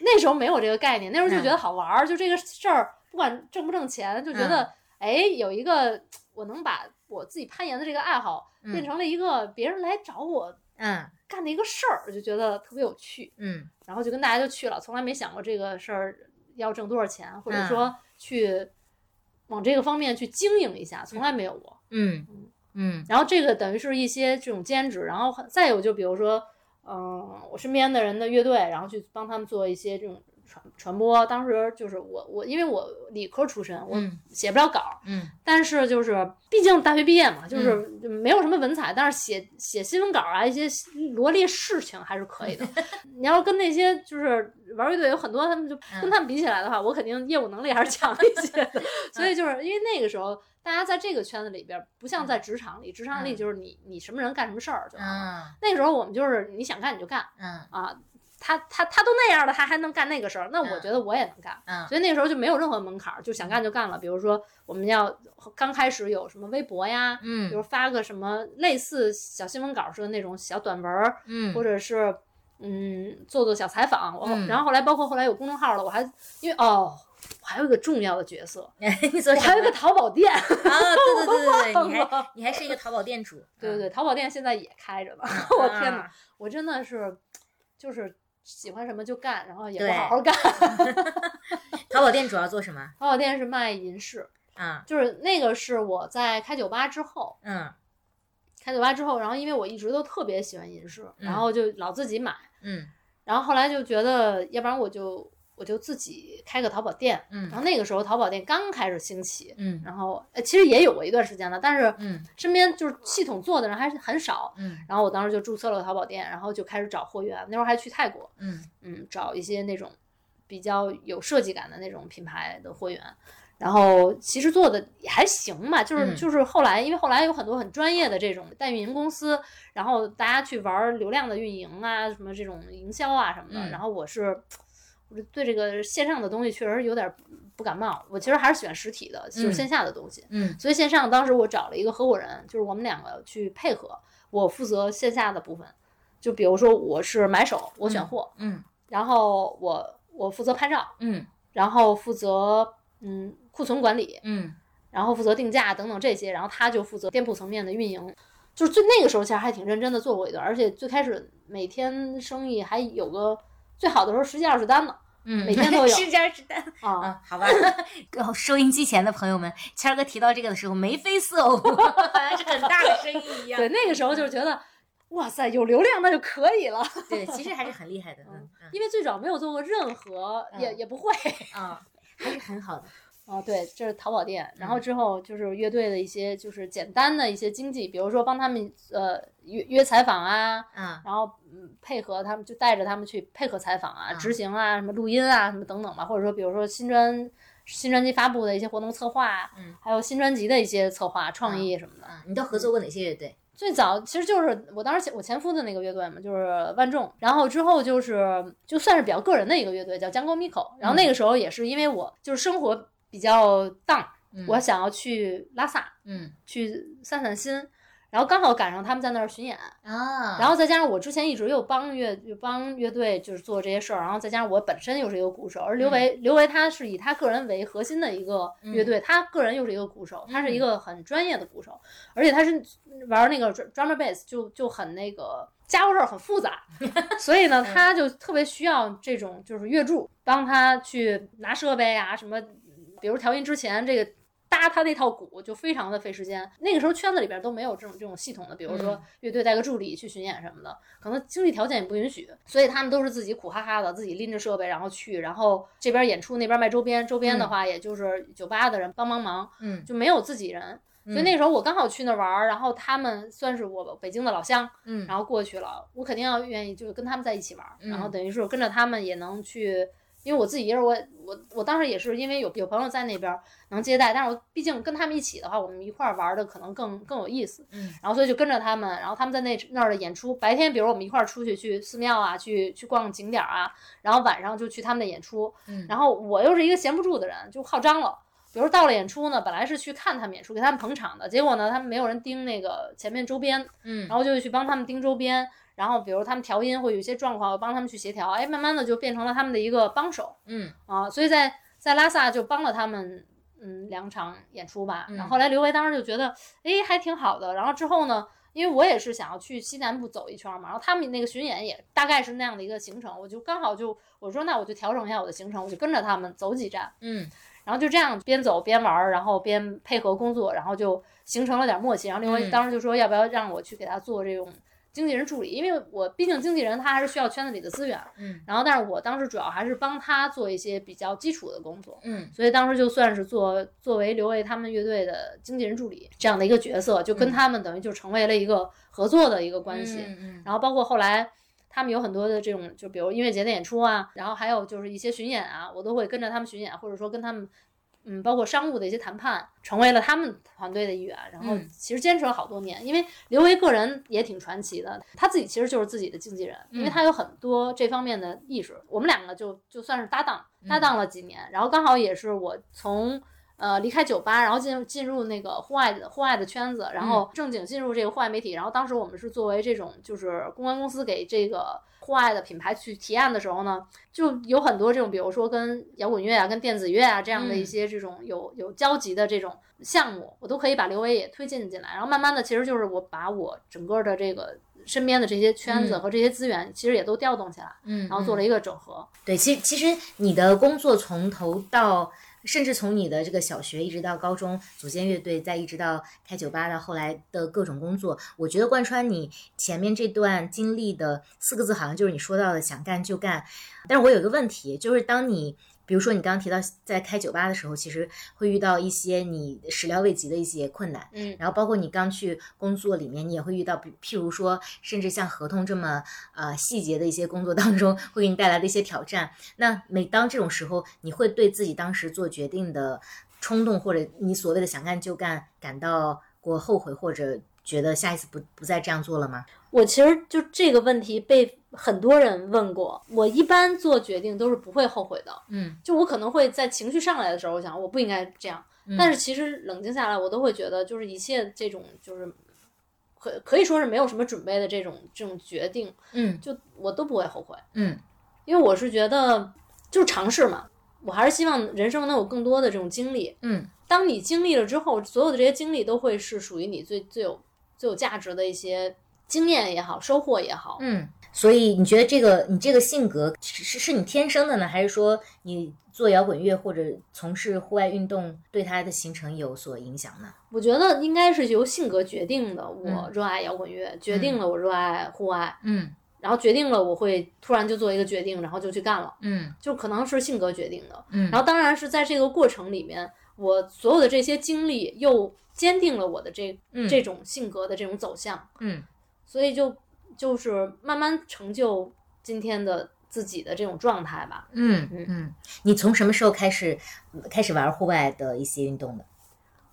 S1: 那时候没有这个概念，那时候就
S2: 嗯
S1: 觉得好玩儿，就这个事儿不管挣不挣钱，就觉得、
S2: 嗯
S1: 哎有一个我能把我自己攀岩的这个爱好
S2: 嗯
S1: 变成了一个别人来找我
S2: 嗯
S1: 干的一个事儿，就觉得特别有趣。
S2: 嗯
S1: 然后就跟大家就去了，从来没想过这个事儿要挣多少钱，或者说去往这个方面去经营一下，从来没有过。
S2: 嗯嗯
S1: 然后这个等于是一些这种兼职，然后再有就比如说，嗯、我身边的人的乐队，然后去帮他们做一些这种传传播。当时就是我我因为我理科出身，我
S2: 嗯
S1: 写不了稿，
S2: 嗯
S1: 但是就是毕竟大学毕业嘛，就是没有什么文采，但是写写新闻稿啊，一些罗列事情还是可 以的。你要跟那些就是玩乐队有很多，他们就
S2: 嗯
S1: 跟他们比起来的话，我肯定业务能力还是强一些 的。所以就是因为那个时候，大家在这个圈子里边，不像在职场里，职场里就是你你什么人干什么事儿就完了。
S2: 嗯
S1: 那个时候我们就是你想干你就干
S2: 嗯
S1: 啊，他他他都那样了，他还能干那个事儿，那我
S2: 嗯
S1: 觉得我也能干。
S2: 嗯
S1: 所以那个时候就没有任何门槛儿，就想干就干了。比如说，我们要刚开始有什么微博呀，比如
S2: 嗯
S1: 发个什么类似小新闻稿似的那种小短文儿，
S2: 嗯，
S1: 或者是嗯做做小采访。我
S2: 嗯
S1: 然后后来包括后来有公众号了，我还因为哦，我还有一个重要的角色，
S2: 你做
S1: 我
S2: 什
S1: 还有一
S2: 么
S1: 个？淘宝店，
S2: 啊，对对对对对，你还你还是一个淘宝店主，
S1: 对对对，淘宝店现在也开着呢。
S2: 嗯，
S1: 我
S2: 啊
S1: 天哪，我真的是就是喜欢什么就干，然后也不
S2: 对
S1: 好好干。
S2: 淘宝店主要做什么
S1: 淘宝店是卖银饰，
S2: 啊？
S1: 就是那个是我在开酒吧之后。
S2: 嗯
S1: 开酒吧之后，然后因为我一直都特别喜欢银饰，然后就老自己买，
S2: 嗯
S1: 然后后来就觉得，要不然我就我就自己开个淘宝店。然
S2: 嗯
S1: 后那个时候淘宝店刚开始兴起，
S2: 嗯
S1: 然后呃其实也有过一段时间了，但是
S2: 嗯
S1: 身边就是系统做的人还是很少。
S2: 嗯
S1: 然后我当时就注册了个淘宝店，然后就开始找货源，那会儿还去泰国，
S2: 嗯
S1: 嗯，找一些那种比较有设计感的那种品牌的货源。然后其实做的也还行吧，就是、
S2: 嗯
S1: 就是后来，因为后来有很多很专业的这种代运营公司，然后大家去玩流量的运营啊，什么这种营销啊什么的。
S2: 嗯
S1: 然后我是，我是对这个线上的东西确实有点不感冒，我其实还是喜欢实体的，就是
S2: 嗯
S1: 线下的东西。
S2: 嗯
S1: 所以线上当时我找了一个合伙人，就是我们两个去配合，我负责线下的部分，就比如说我是买手，我选货，
S2: 嗯
S1: 然后我我负责拍照，
S2: 嗯
S1: 然后负责嗯库存管理，
S2: 嗯
S1: 然后负责定价等等这些，然后他就负责店铺层面的运营。就是最那个时候其实还挺认真的做过一段，而且最开始每天生意还有个最好的时候十几二十单呢
S2: 嗯，
S1: 每 天都有
S2: 是这样是这样
S1: 啊！
S2: 啊，好 吧。哦收音机前的朋友们，谦儿哥提到这个的时候眉飞色舞， 好像是很大的生意一样
S1: 对，。那个时候就是觉得哇塞有流量那就可以了，
S2: 对，其实还是很厉害的，嗯嗯
S1: 因为最早没有做过任何，也
S2: 嗯
S1: 也不会
S2: 啊，还是很好的。
S1: 啊。对，这是淘宝店，然后
S2: 嗯
S1: 之后就是乐队的一些就是简单的一些经济，比如说帮他们呃约约采访啊，
S2: 啊
S1: 然后嗯配合他们就带着他们去配合采访啊、
S2: 嗯
S1: 执行啊、什么录音啊、什么等等吧，或者说比如说新专新专辑发布的一些活动策划，啊
S2: 嗯，
S1: 还有新专辑的一些策划、创意什么的。
S2: 啊，你都合作过哪些乐队？
S1: 最早其实就是我当时前我前夫的那个乐队嘛，就是万众，然后之后就是就算是比较个人的一个乐队叫 Jungle Miko，然后那个时候也是因为我就是生活比较 down，、
S2: 嗯
S1: 我想要去拉萨
S2: 嗯
S1: 去散散心，然后刚好赶上他们在那儿巡演，
S2: 啊，
S1: 然后再加上我之前一直又帮乐又帮乐队就是做这些事儿，然后再加上我本身又是一个鼓手，而刘维、刘维他是以他个人为核心的一个乐队，他个人又是一个鼓手，他是一个很专业的鼓手，而且他是玩那个 drum- drummer bass 就就很那个家伙事儿很复杂，所以
S2: 嗯
S1: 呢，他就特别需要这种就是乐助帮他去拿设备啊什么，比如调音之前这个。搭他那套鼓就非常的费时间，那个时候圈子里边都没有这种这种系统的，比如说
S2: 嗯
S1: 乐队带个助理去巡演什么的，可能经济条件也不允许，所以他们都是自己苦哈哈的，自己拎着设备然后去，然后这边演出那边卖周边，周边的话也就是酒吧的人帮帮忙，
S2: 嗯
S1: 就没有自己人。所以
S2: 嗯
S1: 那时候我刚好去那儿玩儿，然后他们算是我北京的老乡，
S2: 嗯
S1: 然后过去了，我肯定要愿意就是跟他们在一起玩儿，
S2: 嗯
S1: 然后等于是跟着他们也能去，因为我自己一个人，我我我当时也是因为有有朋友在那边儿能接待，但是我毕竟跟他们一起的话，我们一块儿玩儿的可能更更有意思，
S2: 嗯，
S1: 然后所以就跟着他们，然后他们在那那儿的演出，白天比如我们一块儿出去去寺庙啊，去去逛景点儿啊，然后晚上就去他们的演出，
S2: 嗯
S1: 然后我又是一个闲不住的人，就好张罗。比如到了演出呢，本来是去看他们演出，给他们捧场的，结果呢，他们没有人盯那个前面周边，
S2: 嗯
S1: 然后就去帮他们盯周边，然后比如他们调音会有一些状况，我帮他们去协调，哎，慢慢的就变成了他们的一个帮手
S2: 嗯
S1: 啊，所以在在拉萨就帮了他们。嗯，两场演出吧，然
S2: 嗯
S1: 后后来刘维当时就觉得，哎，还挺好的。然后之后呢，因为我也是想要去西南部走一圈嘛，然后他们那个巡演也大概是那样的一个行程，我就刚好就我说那我就调整一下我的行程，我就跟着他们走几站，
S2: 嗯
S1: 然后就这样边走边玩儿，然后边配合工作，然后就形成了点默契。然后另外
S2: 嗯
S1: 当时就说要不要让我去给他做这种经纪人助理，因为我毕竟经纪人他还是需要圈子里的资源。
S2: 嗯
S1: 然后但是我当时主要还是帮他做一些比较基础的工作，
S2: 嗯
S1: 所以当时就算是做作为刘卫他们乐队的经纪人助理这样的一个角色，就跟
S2: 嗯
S1: 他们等于就成为了一个合作的一个关系。
S2: 嗯
S1: 然后包括后来他们有很多的这种，就比如音乐节的演出啊，然后还有就是一些巡演啊，我都会跟着他们巡演，或者说跟他们，嗯，包括商务的一些谈判，成为了他们团队的一员。然后
S2: 嗯
S1: 其实坚持了好多年，因为刘维个人也挺传奇的，他自己其实就是自己的经纪人，因为
S2: 嗯
S1: 他有很多这方面的意识。我们两个就就算是搭档，搭
S2: 嗯
S1: 档了几年，然后刚好也是我从。呃，离开酒吧，然后进入进入那个户外的户外的圈子，然
S2: 嗯
S1: 后正经进入这个户外媒体。然后当时我们是作为这种就是公关公司给这个户外的品牌去提案的时候呢，就有很多这种，比如说跟摇滚乐啊、跟电子乐啊这样的一
S2: 嗯
S1: 些这种有有交集的这种项目，我都可以把刘维也推进进来。然后慢慢的，其实就是我把我整个的这个身边的这些圈子
S2: 嗯
S1: 和这些资源，其实也都调动起来，
S2: 嗯，
S1: 然后做了一个整合。
S2: 对，其实其实你的工作从头到，甚至从你的这个小学一直到高中组建乐队，再一直到开酒吧，到后来的各种工作，我觉得贯穿你前面这段经历的四个字，好像就是你说到的想干就干。但是我有一个问题，就是当你比如说你刚刚提到在开酒吧的时候，其实会遇到一些你始料未及的一些困难，
S1: 嗯
S2: 然后包括你刚去工作里面，你也会遇到，比譬如说，甚至像合同这么呃细节的一些工作当中，会给你带来的一些挑战。那每当这种时候，你会对自己当时做决定的冲动，或者你所谓的想干就干，感到过后悔，或者觉得下一次不不再这样做了吗？
S1: 我其实就这个问题被很多人问过。我一般做决定都是不会后悔的，
S2: 嗯，
S1: 就我可能会在情绪上来的时候，我想我不应该这样，
S2: 嗯
S1: 但是其实冷静下来，我都会觉得就是一切这种就是可可以说是没有什么准备的这种这种决定，
S2: 嗯
S1: 就我都不会后悔，
S2: 嗯
S1: 因为我是觉得就是尝试嘛，我还是希望人生能有更多的这种经历。
S2: 嗯
S1: 当你经历了之后，所有的这些经历都会是属于你最最有最有价值的一些经验也好，收获也好，
S2: 嗯。所以你觉得这个你这个性格是是是你天生的呢，还是说你做摇滚乐或者从事户外运动对它的形成有所影响呢？
S1: 我觉得应该是由性格决定的。我
S2: 嗯
S1: 热爱摇滚乐，决定了我热爱户外，
S2: 嗯
S1: 然后决定了我会突然就做一个决定，然后就去干了，
S2: 嗯
S1: 就可能是性格决定的。
S2: 嗯
S1: 然后当然是在这个过程里面，我所有的这些经历又坚定了我的这
S2: 嗯
S1: 这种性格的这种走向，
S2: 嗯
S1: 所以就就是慢慢成就今天的自己的这种状态吧。
S2: 嗯嗯，你从什么时候开始开始玩户外的一些运动的？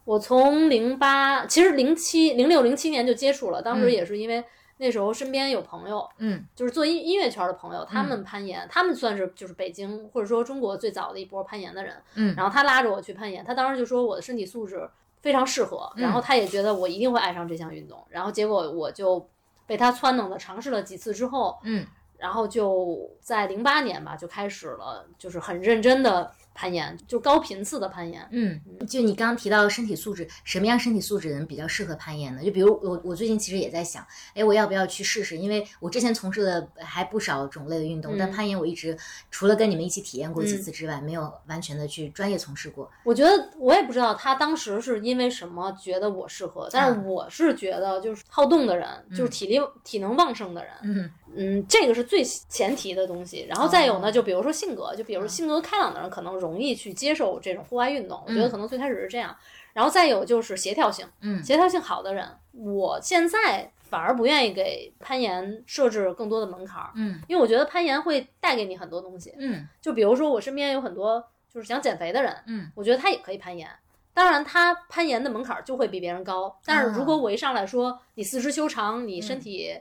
S1: 我从零八，其实零七、零六、零七年就接触了，当时
S2: 嗯
S1: 也是因为那时候身边有朋友，
S2: 嗯
S1: 就是做音音乐圈的朋友，他们攀岩，他们算是就是北京或者说中国最早的一波攀岩的人。
S2: 嗯
S1: 然后他拉着我去攀岩，他当时就说我的身体素质非常适合，
S2: 嗯
S1: 然后他也觉得我一定会爱上这项运动。然后结果我就被他撺弄的尝试了几次之后，
S2: 嗯
S1: 然后就在零八年吧就开始了，就是很认真的攀岩，就高频次的攀岩。
S2: 嗯，就你刚刚提到身体素质，什么样身体素质的人比较适合攀岩呢？就比如我，我最近其实也在想，哎，我要不要去试试？因为我之前从事的还不少种类的运动，但
S1: 嗯
S2: 攀岩我一直除了跟你们一起体验过几
S1: 嗯
S2: 次之外，没有完全的去专业从事过。
S1: 我觉得我也不知道他当时是因为什么觉得我适合，但是
S2: 嗯
S1: 我是觉得就是好动的人，就是体力体能旺盛的人，
S2: 嗯
S1: 嗯，这个是最前提的东西。然后再有呢，
S2: 哦嗯
S1: 就比如说性格，就比如说性格开朗的人，可能容易去接受这种户外运动。我觉得
S2: 嗯
S1: 可能最开始是这样。然后再有就是协调性，
S2: 嗯
S1: 协调性好的人，我现在反而不愿意给攀岩设置更多的门槛儿，
S2: 嗯
S1: 因为我觉得攀岩会带给你很多东西。
S2: 嗯
S1: 就比如说我身边有很多就是想减肥的人，
S2: 嗯
S1: 我觉得他也可以攀岩。当然，他攀岩的门槛儿就会比别人高。但是如果我一上来说你四肢修长，你身体、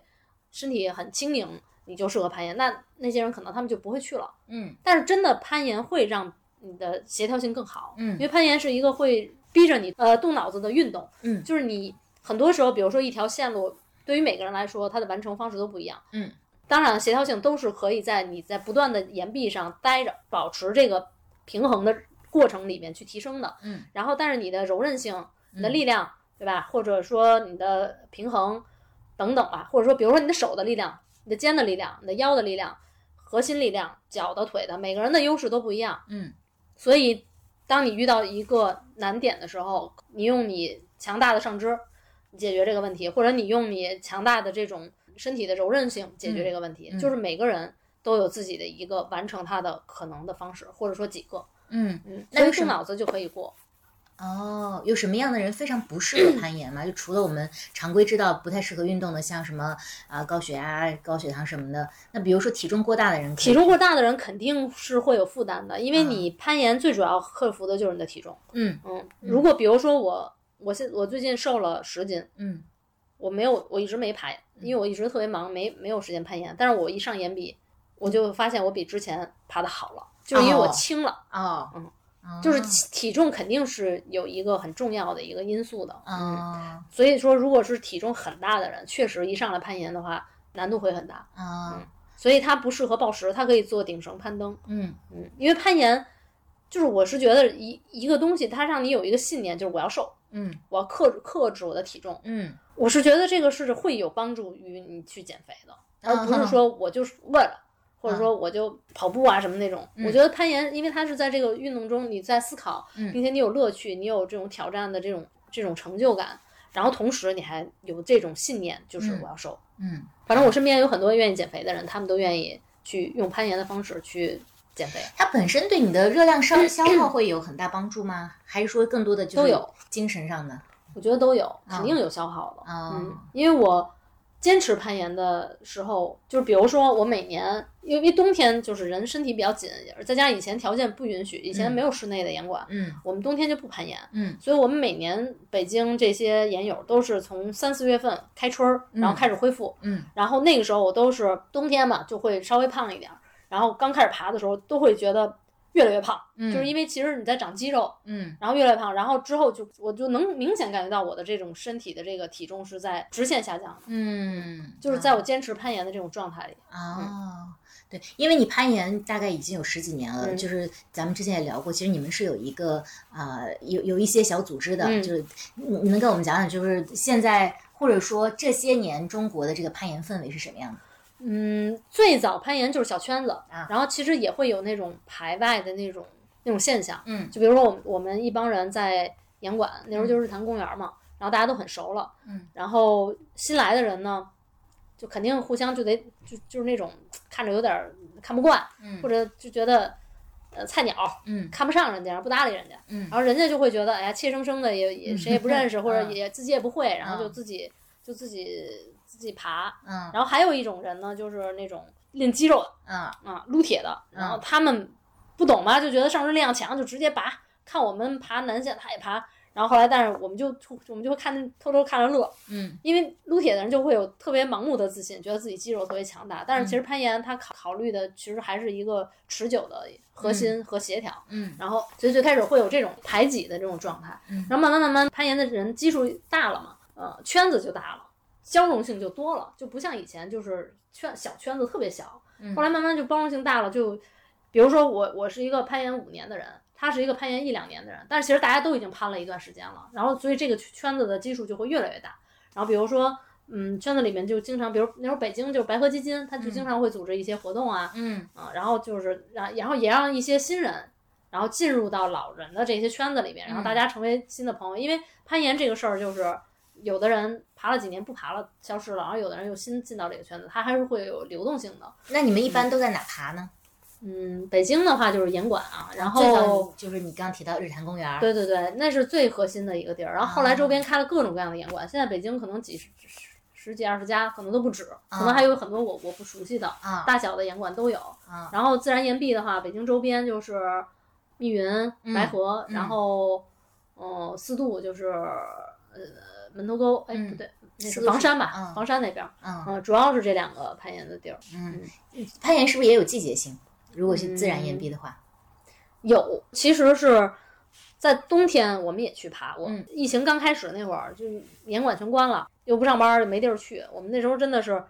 S1: 身体很轻盈，你就适合攀岩，那那些人可能他们就不会去了。
S2: 嗯
S1: 但是真的攀岩会让你的协调性更好，
S2: 嗯
S1: 因为攀岩是一个会逼着你呃动脑子的运动，
S2: 嗯
S1: 就是你很多时候，比如说一条线路，对于每个人来说，它的完成方式都不一样，
S2: 嗯，
S1: 当然协调性都是可以在你在不断的岩壁上待着，保持这个平衡的过程里面去提升的，
S2: 嗯，
S1: 然后但是你的柔韧性、你的
S2: 嗯
S1: 力量，对吧？或者说你的平衡等等吧，或者说比如说你的手的力量、你的肩的力量、你的腰的力量。核心力量、脚的、腿的，每个人的优势都不一样。
S2: 嗯，
S1: 所以当你遇到一个难点的时候，你用你强大的上肢解决这个问题，或者你用你强大的这种身体的柔韧性解决这个问题，
S2: 嗯嗯
S1: 就是每个人都有自己的一个完成它的可能的方式，或者说几个。
S2: 嗯。
S1: 嗯，
S2: 那
S1: 所
S2: 有
S1: 以
S2: 什
S1: 动
S2: 么
S1: 脑子就可以过。
S2: 哦，有什么样的人非常不适
S1: 嗯
S2: 合攀岩吗？就除了我们常规知道不太适合运动的，像什么啊、高血压、高血糖什么的。那比如说体重过大的人可以，
S1: 体重过大的人肯定是会有负担的，因为
S2: 嗯
S1: 你攀岩最主要克服的就是你的体重。
S2: 嗯
S1: 嗯，如果比如说我，我现我最近瘦了十斤，
S2: 嗯
S1: 我没有，我一直没排，因为我一直特别忙，没没有时间攀岩。但是我一上岩壁，我就发现我比之前爬的好了，就是因为我
S2: 哦
S1: 轻了，
S2: 哦
S1: 嗯
S2: 哦
S1: 就是体体重肯定是有一个很重要的一个因素的。嗯，
S2: 哦
S1: 所以说如果是体重很大的人，确实一上来攀岩的话，难度会很大，
S2: 哦
S1: 所以他不适合暴食，他可以做顶绳攀登。
S2: 嗯
S1: 嗯，因为攀岩，就是我是觉得一一个东西，它让你有一个信念，就是我要瘦，
S2: 嗯
S1: 我要克克制我的体重。
S2: 嗯
S1: 我是觉得这个是会有帮助于你去减肥的，而不是
S2: 嗯
S1: 说我就是为了，或者说我就跑步啊什么那种。
S2: 嗯
S1: 我觉得攀岩，因为它是在这个运动中你在思考，
S2: 嗯
S1: 并且你有乐趣，你有这种挑战的这种这种成就感，然后同时你还有这种信念，就是
S2: 嗯
S1: 我要瘦。
S2: 嗯
S1: 反正我身边有很多愿意减肥的人，他们都愿意去用攀岩的方式去减肥。
S2: 它本身对你的热量消消耗会有很大帮助吗？还是说更多的就是
S1: 嗯都有
S2: 精神上的？
S1: 我觉得都有，肯
S2: 嗯
S1: 定有消耗的。
S2: 啊
S1: 嗯，因为我坚持攀岩的时候，就是比如说我每年，因为冬天就是人身体比较紧，再加上以前条件不允许，以前
S2: 嗯
S1: 没有室内的岩馆，
S2: 嗯
S1: 我们冬天就不攀岩。
S2: 嗯
S1: 所以我们每年北京这些岩友都是从三四月份开春儿，然后开始恢复，
S2: 嗯
S1: 然后那个时候我都是冬天嘛，就会稍微胖一点儿，然后刚开始爬的时候都会觉得越来越胖，
S2: 嗯
S1: 就是因为其实你在长肌肉，
S2: 嗯
S1: 然后越来越胖，然后之后就我就能明显感觉到我的这种身体的这个体重是在直线下降的，
S2: 嗯，
S1: 就是
S2: 啊
S1: 在我坚持攀岩的这种状态里。
S2: 哦，对，因为你攀岩大概已经有十几年了，
S1: 嗯
S2: 就是咱们之前也聊过，其实你们是有一个啊、呃有有一些小组织的，
S1: 嗯
S2: 就是你你能跟我们讲讲，就是现在或者说这些年中国的这个攀岩氛围是什么样的？
S1: 嗯，最早攀岩就是小圈子，
S2: 啊
S1: 然后其实也会有那种排外的那种那种现象，
S2: 嗯
S1: 就比如说我们我们一帮人在岩馆，那时候就是日坛公园嘛，然后大家都很熟了，
S2: 嗯，
S1: 然后新来的人呢，就肯定互相就得就就是那种看着有点儿看不惯，
S2: 嗯
S1: 或者就觉得呃菜鸟
S2: 嗯
S1: 看不上人家，不搭理人家，
S2: 嗯
S1: 然后人家就会觉得哎呀怯生生的也也
S2: 嗯
S1: 谁也不 认识，或者
S2: 嗯
S1: 也自己也不会，然后就
S2: 嗯
S1: 自己就自己自己爬，
S2: 嗯
S1: 然后还有一种人呢，就是那种练肌肉
S2: 嗯
S1: 的啊，撸铁的，然后他们不懂吧，就觉得上肢力量强，就直接拔。看我们爬南线，他也爬。然后后来，但是我们就我们就会看偷偷看着乐，
S2: 嗯
S1: 因为撸铁的人就会有特别盲目的自信，觉得自己肌肉特别强大。但是
S2: 嗯
S1: 其实攀岩，它考考虑的其实还是一个持久的核心和协调。
S2: 嗯
S1: 然后所以最开始会有这种排挤的这种状态，
S2: 嗯
S1: 然后慢慢慢慢攀岩的人基数大了嘛，呃，圈子就大了，交融性就多了，就不像以前就是圈小圈子特别小，
S2: 嗯
S1: 后来慢慢就包容性大了，就比如说我我是一个攀岩五年的人。他是一个攀岩一两年的人，但是其实大家都已经攀了一段时间了，然后所以这个圈子的基数就会越来越大。然后比如说，嗯，圈子里面就经常，比如那时候北京就是白河基金，他就经常会组织一些活动啊，
S2: 嗯
S1: 啊，然后就是让，然后也让一些新人，然后进入到老人的这些圈子里面，然后大
S2: 嗯
S1: 家成为新的朋友。因为攀岩这个事儿，就是有的人爬了几年不爬了，消失了，然后有的人又新进到这个圈子，它还是会有流动性的。
S2: 那你们一般都在哪爬呢？
S1: 嗯，北京的话就是岩馆啊，然
S2: 最早
S1: 后
S2: 你就是你刚提到日坛公园儿，
S1: 对对对，那是最核心的一个地儿。然后后来周边开了各种各样的岩馆，现在北京可能几十十十几二十家，可能都不止，可能还有很多我我不熟悉的，
S2: 啊
S1: 大小的岩馆都有。
S2: 啊
S1: 然后自然岩壁的话，北京周边就是密云、白河，
S2: 嗯
S1: 然后嗯、呃四渡就是呃门头沟，哎、
S2: 嗯
S1: 不对，那
S2: 四
S1: 是
S2: 渡
S1: 房
S2: 是
S1: 山吧？
S2: 嗯
S1: 房山那边，
S2: 嗯
S1: 嗯、主要是这两个攀岩的地儿
S2: 嗯，攀岩是不是也有季节性？如果是自然岩壁的话，
S1: 有，其实是。在冬天，我们也去爬过。
S2: 嗯
S1: 疫情刚开始那会儿，就严管全关了，又不上班，没地儿去。我们那时候真的是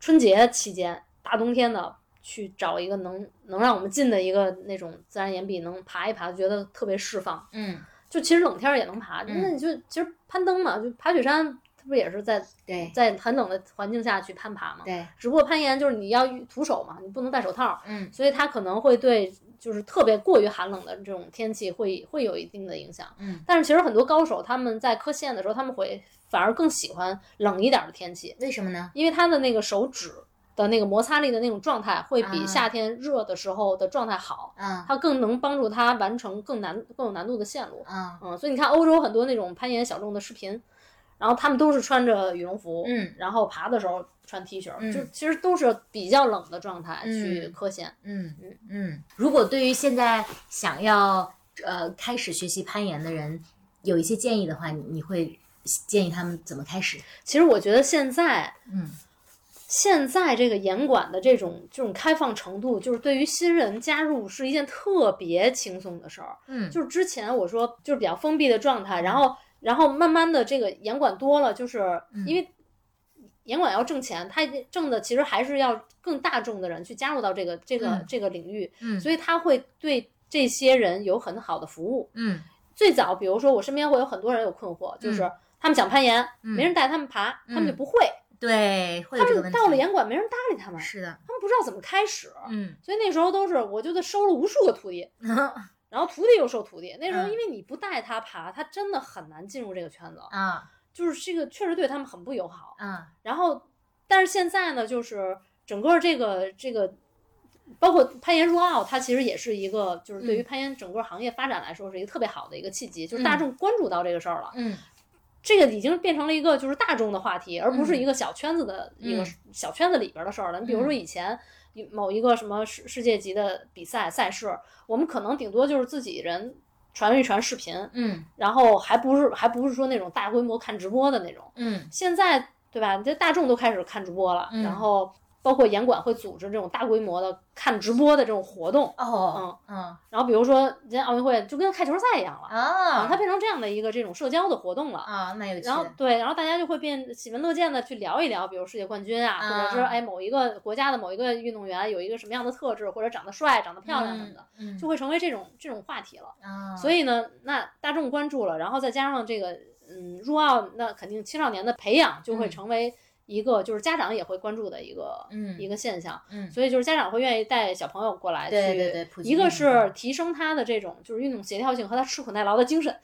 S1: 春节期间，大冬天的去找一个能能让我们进的一个那种自然岩壁，能爬一爬，觉得特别释放。
S2: 嗯，
S1: 就其实冷天儿也能爬，
S2: 嗯
S1: 那你就其实攀登嘛，就爬雪山，它不也是在
S2: 对
S1: 在很冷的环境下去攀爬嘛？
S2: 对，
S1: 只不过攀岩就是你要徒手嘛，你不能戴手套，
S2: 嗯
S1: 所以它可能会对就是特别过于寒冷的这种天气会会有一定的影响。
S2: 嗯，
S1: 但是其实很多高手他们在磕线的时候，他们会反而更喜欢冷一点儿的天气，
S2: 为什么呢？
S1: 因为他的那个手指的那个摩擦力的那种状态会比
S2: 啊
S1: 夏天热的时候的状态好，
S2: 啊
S1: 它更能帮助他完成更难更有难度的线路。
S2: 啊
S1: 嗯，所以你看欧洲很多那种攀岩小众的视频，然后他们都是穿着羽绒服，
S2: 嗯
S1: 然后爬的时候穿 T 恤，
S2: 嗯
S1: 就其实都是比较冷的状态去
S2: 嗯
S1: 磕线。
S2: 嗯嗯嗯。如果对于现在想要呃开始学习攀岩的人有一些建议的话，你你会建议他们怎么开始？
S1: 其实我觉得现在
S2: 嗯
S1: 现在这个严管的这种这种开放程度，就是对于新人加入是一件特别轻松的事儿。
S2: 嗯
S1: 就是之前我说就是比较封闭的状态，然后然后慢慢的这个严管多了，就是
S2: 嗯
S1: 因为严管要挣钱，他挣的其实还是要更大众的人去加入到这个这个、
S2: 嗯
S1: 这个领域，
S2: 嗯
S1: 所以他会对这些人有很好的服务。
S2: 嗯
S1: 最早，比如说我身边会有很多人有困惑，就是他们想攀岩，
S2: 嗯
S1: 没人带他们爬，
S2: 嗯
S1: 他们就不会，
S2: 对，会有
S1: 他
S2: 这个问
S1: 们
S2: 题。
S1: 到了严管没人搭理他们，
S2: 是的，
S1: 他们不知道怎么开始。
S2: 嗯
S1: 所以那时候都是，我觉得收了无数个徒弟，然后徒弟又收徒弟。那时候
S2: 嗯
S1: 因为你不带他爬，他真的很难进入这个圈子，
S2: 啊
S1: 就是这个确实对他们很不友好。
S2: 啊
S1: 然后，但是现在呢，就是整个这个这个，包括攀岩入奥，它其实也是一个，就是
S2: 嗯
S1: 对于攀岩整个行业发展来说是一个特别好的一个契机，就是大众关注到这个事儿了。
S2: 嗯
S1: 这个已经变成了一个就是大众的话题，而不是一个小圈子的
S2: 嗯
S1: 一个小圈子里边的事儿了。你比如说以前某一个什么世世界级的比赛赛事，我们可能顶多就是自己人传一传视频，
S2: 嗯
S1: 然后还不是还不是说那种大规模看直播的那种。
S2: 嗯
S1: 现在对吧？这大众都开始看直播了，
S2: 嗯
S1: 然后包括严管会组织这种大规模的看直播的这种活动。
S2: 哦嗯
S1: 然后比如说人家奥运会就跟看球赛一样了，
S2: 啊，
S1: 它变成这样的一个这种社交的活动了。
S2: 啊蛮有趣
S1: 然后
S2: 的，
S1: 对，然后大家就会变喜闻乐见的去聊一聊，比如世界冠军啊，或者是
S2: 啊
S1: 哎某一个国家的某一个运动员有一个什么样的特质，或者长得帅、长得漂亮什么的，
S2: 嗯
S1: 就会成为这种这种话题了。
S2: 啊，
S1: 所
S2: 以
S1: 以呢，那大众关注了，然后再加上这个嗯入奥，那肯定青少年的培养就会
S2: 嗯
S1: 成为一个就是家长也会关注的一个、
S2: 嗯
S1: 一个现象。
S2: 嗯
S1: 所以就是家长会愿意带小朋友过来去，
S2: 对对对普及
S1: 一个
S2: 运动
S1: 是提升他的这种就是运动协调性和他吃苦耐劳的精 神，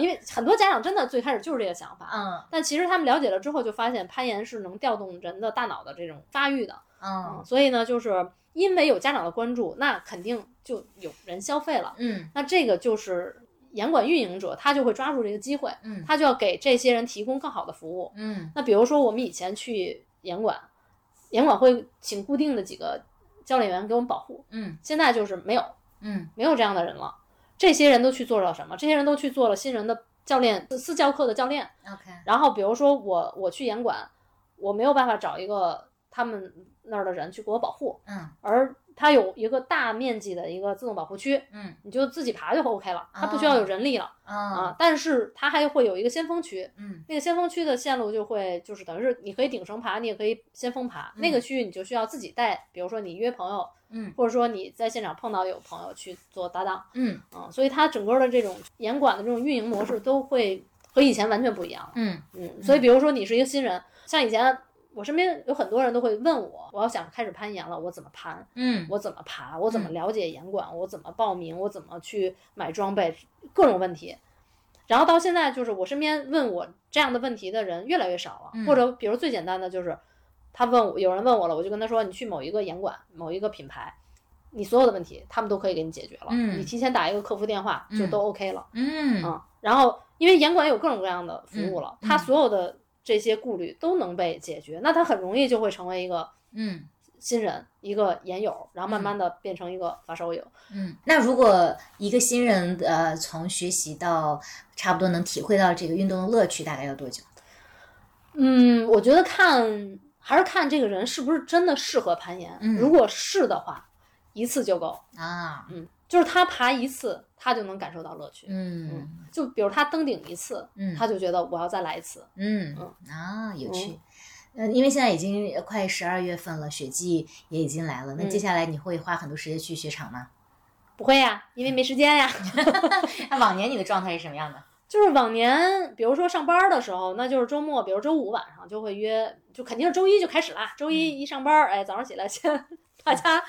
S1: 因为很多家长真的最开始就是这个想法，
S2: 嗯
S1: 但其实他们了解了之后，就发现攀岩是能调动人的大脑的这种发育的。
S2: 嗯
S1: 所以呢，就是因为有家长的关注，那肯定就有人消费了。
S2: 嗯
S1: 那这个就是严管运营者，他就会抓住这个机会，
S2: 嗯
S1: 他就要给这些人提供更好的服务。
S2: 嗯
S1: 那比如说我们以前去严管，严管会请固定的几个教练员给我们保护，
S2: 嗯
S1: 现在就是没有
S2: 嗯
S1: 没有这样的人了。这些人都去做了什么？这些人都去做了新人的教练，私教课的教练。
S2: 嗯，OK，
S1: 然后比如说我我去严管，我没有办法找一个他们那儿的人去给我保护，
S2: 嗯
S1: 而它有一个大面积的一个自动保护区，
S2: 嗯
S1: 你就自己爬就 OK 了，它不需要有人力了、
S2: 啊
S1: 啊。但是它还会有一个先锋区，
S2: 嗯
S1: 那个先锋区的线路就会就是等于是你可以顶绳爬，你也可以先锋爬。
S2: 嗯
S1: 那个区域你就需要自己带，比如说你约朋友，
S2: 嗯
S1: 或者说你在现场碰到有朋友去做搭档，
S2: 嗯
S1: 嗯，所以它整个的这种严管的这种运营模式都会和以前完全不一样了。
S2: 嗯
S1: 嗯，所以比如说你是一个新人，像以前我身边有很多人都会问我，我要想开始攀岩了，我怎么攀？
S2: 嗯
S1: 我怎么爬？我怎么了解严管？我怎么报名？我怎么去买装备？各种问题。然后到现在，就是我身边问我这样的问题的人越来越少了，
S2: 嗯
S1: 或者比如最简单的就是，他问我有人问我了，我就跟他说，你去某一个严管、某一个品牌，你所有的问题他们都可以给你解决了，
S2: 嗯
S1: 你提前打一个客服电话就都 OK 了。
S2: 嗯
S1: 嗯，然后因为严管有各种各样的服务了，
S2: 嗯嗯
S1: 它所有的这些顾虑都能被解决，那他很容易就会成为一个
S2: 嗯
S1: 新人，一个研友，然后慢慢的变成一个发烧友。
S2: 嗯。那如果一个新人呃从学习到差不多能体会到这个运动的乐趣，大概要多久？
S1: 嗯，我觉得看还是看这个人是不是真的适合攀岩，
S2: 嗯
S1: 如果是的话，一次就够，
S2: 啊，
S1: 就是他爬一次，他就能感受到乐趣。
S2: 嗯
S1: 就比如他登顶一次，
S2: 嗯
S1: 他就觉得我要再来一次。
S2: 嗯啊，有趣。呃，因为现在已经快十二月份了，雪季也已经来了。那
S1: 嗯
S2: 接下来你会花很多时间去雪场吗？
S1: 不会呀、因为没时间呀。
S2: 那往年你的状态是什么样的？
S1: 就是往年，比如说上班的时候，那就是周末，比如周五晚上就会约，就肯定是周一就开始啦。周一一上班，哎，早上起来先大家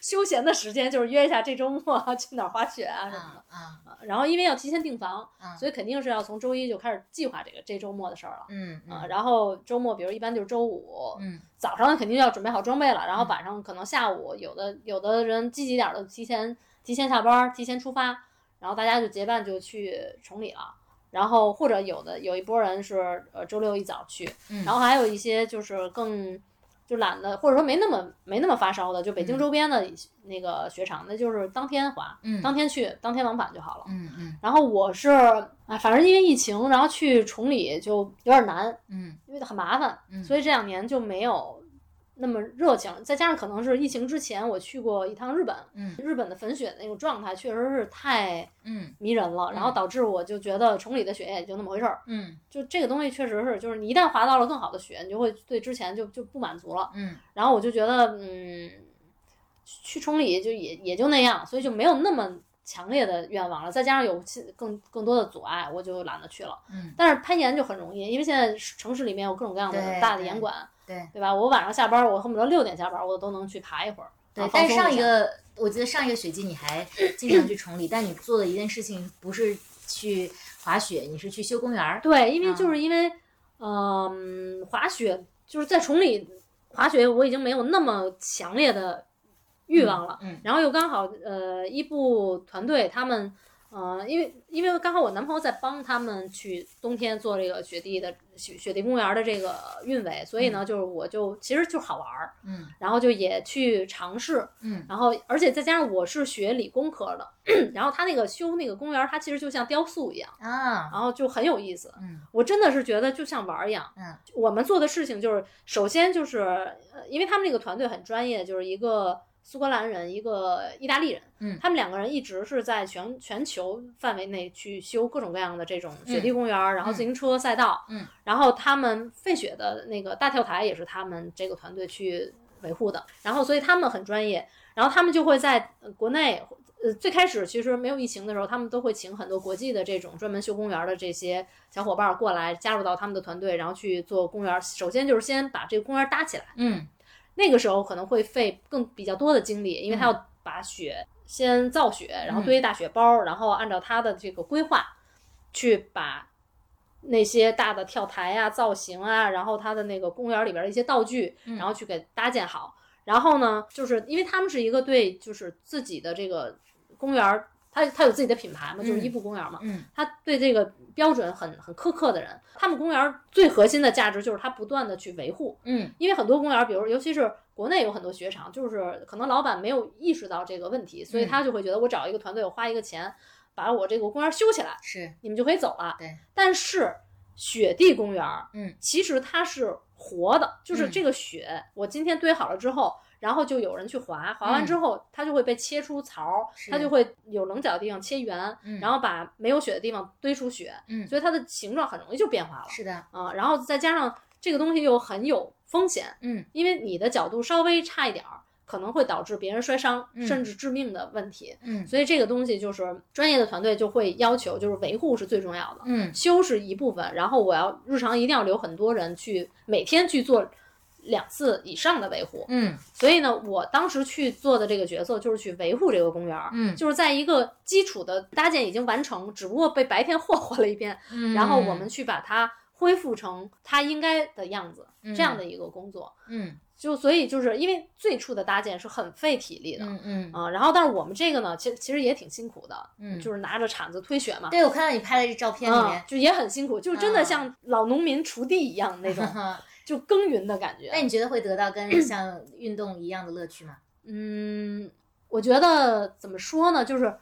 S1: 休闲的时间就是约一下这周末啊去哪儿滑雪啊什么
S2: 啊啊
S1: 的。然后因为要提前订房，
S2: 啊！
S1: 所以肯定是要从周一就开始计划这个这周末的事儿了。
S2: 嗯
S1: 啊，
S2: 嗯
S1: 然后周末，比如一般就是周五
S2: 嗯
S1: 早上肯定要准备好装备了，然后晚上可能下午有的有的人积极点儿的提前提前下班，提前出发，然后大家就结伴就去崇礼了。然后或者有的有一波人是呃周六一早去，
S2: 嗯
S1: 然后还有一些就是更就懒得或者说没那么没那么发烧的，就北京
S2: 嗯
S1: 周边的那个雪场，那就是当天滑，
S2: 嗯
S1: 当天去当天往返就好了。
S2: 嗯嗯
S1: 然后我是啊，反正因为疫情，然后去崇礼就有点难，
S2: 嗯
S1: 因为很麻烦，
S2: 嗯，
S1: 所以这两年就没有那么热情。再加上可能是疫情之前，我去过一趟日本，
S2: 嗯
S1: 日本的粉雪那种状态确实是太
S2: 嗯
S1: 迷人了，然后导致我就觉得崇礼的雪也就那么回事儿。
S2: 嗯
S1: 就这个东西确实是，就是你一旦滑到了更好的雪，你就会对之前就就不满足了。
S2: 嗯
S1: 然后我就觉得，嗯，去崇礼就也也就那样，所以就没有那么强烈的愿望了。再加上有其更更多的阻碍，我就懒得去了。
S2: 嗯，
S1: 但是攀岩就很容易，因为现在城市里面有各种各样的
S2: 对
S1: 大的
S2: 对
S1: 岩馆，
S2: 对
S1: 对吧？我晚上下班，我恨不得六点下班，我都能去爬一会儿。
S2: 对
S1: 啊。
S2: 但
S1: 放
S2: 是
S1: 松
S2: 上一
S1: 下
S2: 个，我记得上一个雪季你还经常去崇礼，但你做的一件事情不是去滑雪，你是去修公园儿。
S1: 对，因为
S2: 啊
S1: 就是因为，嗯、滑雪就是在崇礼滑雪，我已经没有那么强烈的欲望了。
S2: 嗯
S1: 然后又刚好呃，一部团队他们，呃，因为因为刚好我男朋友在帮他们去冬天做这个雪地的雪雪地公园的这个运维，所以呢，就是我就其实就是好玩儿，
S2: 嗯
S1: 然后就也去尝试，
S2: 嗯
S1: 然后而且再加上我是学理工科的， 然后他那个修那个公园，它其实就像雕塑一样，
S2: 啊
S1: 然后就很有意思。
S2: 嗯
S1: 我真的是觉得就像玩儿一样。
S2: 嗯，
S1: 我们做的事情就是，首先就是，呃因为他们这个团队很专业，就是一个苏格兰人，一个意大利人，
S2: 嗯
S1: 他们两个人一直是在全全球范围内去修各种各样的这种雪地公园，然后自行车赛道，
S2: 嗯，
S1: 然后他们费雪的那个大跳台也是他们这个团队去维护的，然后所以他们很专业，然后他们就会在呃国内。呃，最开始其实没有疫情的时候，他们都会请很多国际的这种专门修公园的这些小伙伴儿过来，加入到他们的团队，然后去做公园。首先就是先把这个公园搭起来，
S2: 嗯
S1: 那个时候可能会费更比较多的精力，因
S2: 嗯
S1: 为他要把雪先造雪，然后堆大雪包，然后按照他的这个规划去把那些大的跳台啊、造型啊，然后它的那个公园里边的一些道具，
S2: 嗯
S1: 然后去给搭建好。然后呢，就是因为他们是一个对就是自己的这个公园他他有自己的品牌嘛，就是
S2: 嗯
S1: 伊布公园嘛，
S2: 嗯
S1: 他对这个标准很很苛刻的人，他们公园最核心的价值就是他不断的去维护，
S2: 嗯
S1: 因为很多公园，比如尤其是国内有很多雪场，就是可能老板没有意识到这个问题，所以
S2: 嗯
S1: 他就会觉得我找一个团队，我花一个钱把我这个公园修起来，
S2: 是
S1: 你们就可以走了。
S2: 对，
S1: 但是雪地公园，
S2: 嗯，
S1: 其实它是活的，就是
S2: 嗯
S1: 这个雪，我今天堆好了之后，然后就有人去滑，滑完之后、它就会被切出槽，
S2: 嗯是
S1: 它就会有棱角的地方切圆，
S2: 嗯
S1: 然后把没有雪的地方堆出雪，
S2: 嗯
S1: 所以它的形状很容易就变化了
S2: 是的
S1: 啊。然后再加上这个东西又很有风险，
S2: 嗯
S1: 因为你的角度稍微差一点儿，可能会导致别人摔伤，
S2: 嗯
S1: 甚至致命的问题。
S2: 嗯
S1: 所以这个东西就是专业的团队就会要求，就是维护是最重要的。
S2: 嗯
S1: 修是一部分，然后我要日常一定要留很多人去每天去做两次以上的维护。
S2: 嗯
S1: 所以呢，我当时去做的这个角色就是去维护这个公园儿，
S2: 嗯
S1: 就是在一个基础的搭建已经完成，只不过被白天霍霍了一遍，
S2: 嗯，
S1: 然后我们去把它恢复成它应该的样子，这样的一个工作。
S2: 嗯
S1: 就所以就是因为最初的搭建是很费体力的。
S2: 嗯嗯
S1: 啊、然后但是我们这个呢，其实其实也挺辛苦的，
S2: 嗯，
S1: 就是拿着铲子推雪嘛，
S2: 对我看到你拍的这照片里面
S1: 嗯，，就也很辛苦，就真的
S2: 啊，
S1: 像老农民锄地一样那种 就耕耘的感
S2: 那
S1: 觉。
S2: 你觉得会得到跟像运动一样的乐趣吗？
S1: 嗯，我觉得怎么说呢，就是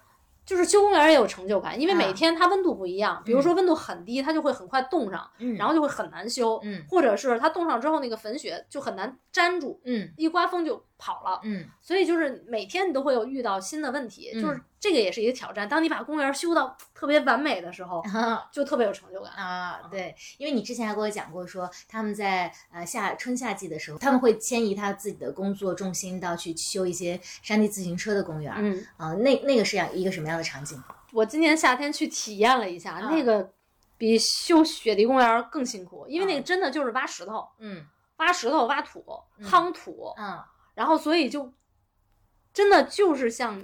S1: 就是修公园也有成就感，因为每
S2: 啊
S1: 天它温度不一样，比如说温度很低，它就会很快冻上，
S2: 嗯
S1: 然后就会很难修，
S2: 嗯
S1: 或者是它冻上之后那个粉雪就很难粘住，
S2: 嗯
S1: 一刮风就跑了。
S2: 嗯
S1: 所以就是每天你都会有遇到新的问题，就是
S2: 嗯
S1: 这个也是一个挑战。当你把公园修到特别完美的时候，
S2: 嗯
S1: 就特别有成就感。
S2: 啊，
S1: 嗯
S2: 对，因为你之前还跟我讲过说，他们在呃夏春夏季的时候，他们会迁移他自己的工作重心到去修一些山地自行车的公园儿
S1: 嗯，
S2: 啊，那那个是样一个什么样的场景？
S1: 我今年夏天去体验了一下，
S2: 啊
S1: 那个比修雪地公园儿更辛苦，因为那
S2: 啊
S1: 个真的就是挖石头、
S2: 嗯
S1: 挖石头、挖土、
S2: 嗯
S1: 夯土，
S2: 啊
S1: 然后所以就真的就是像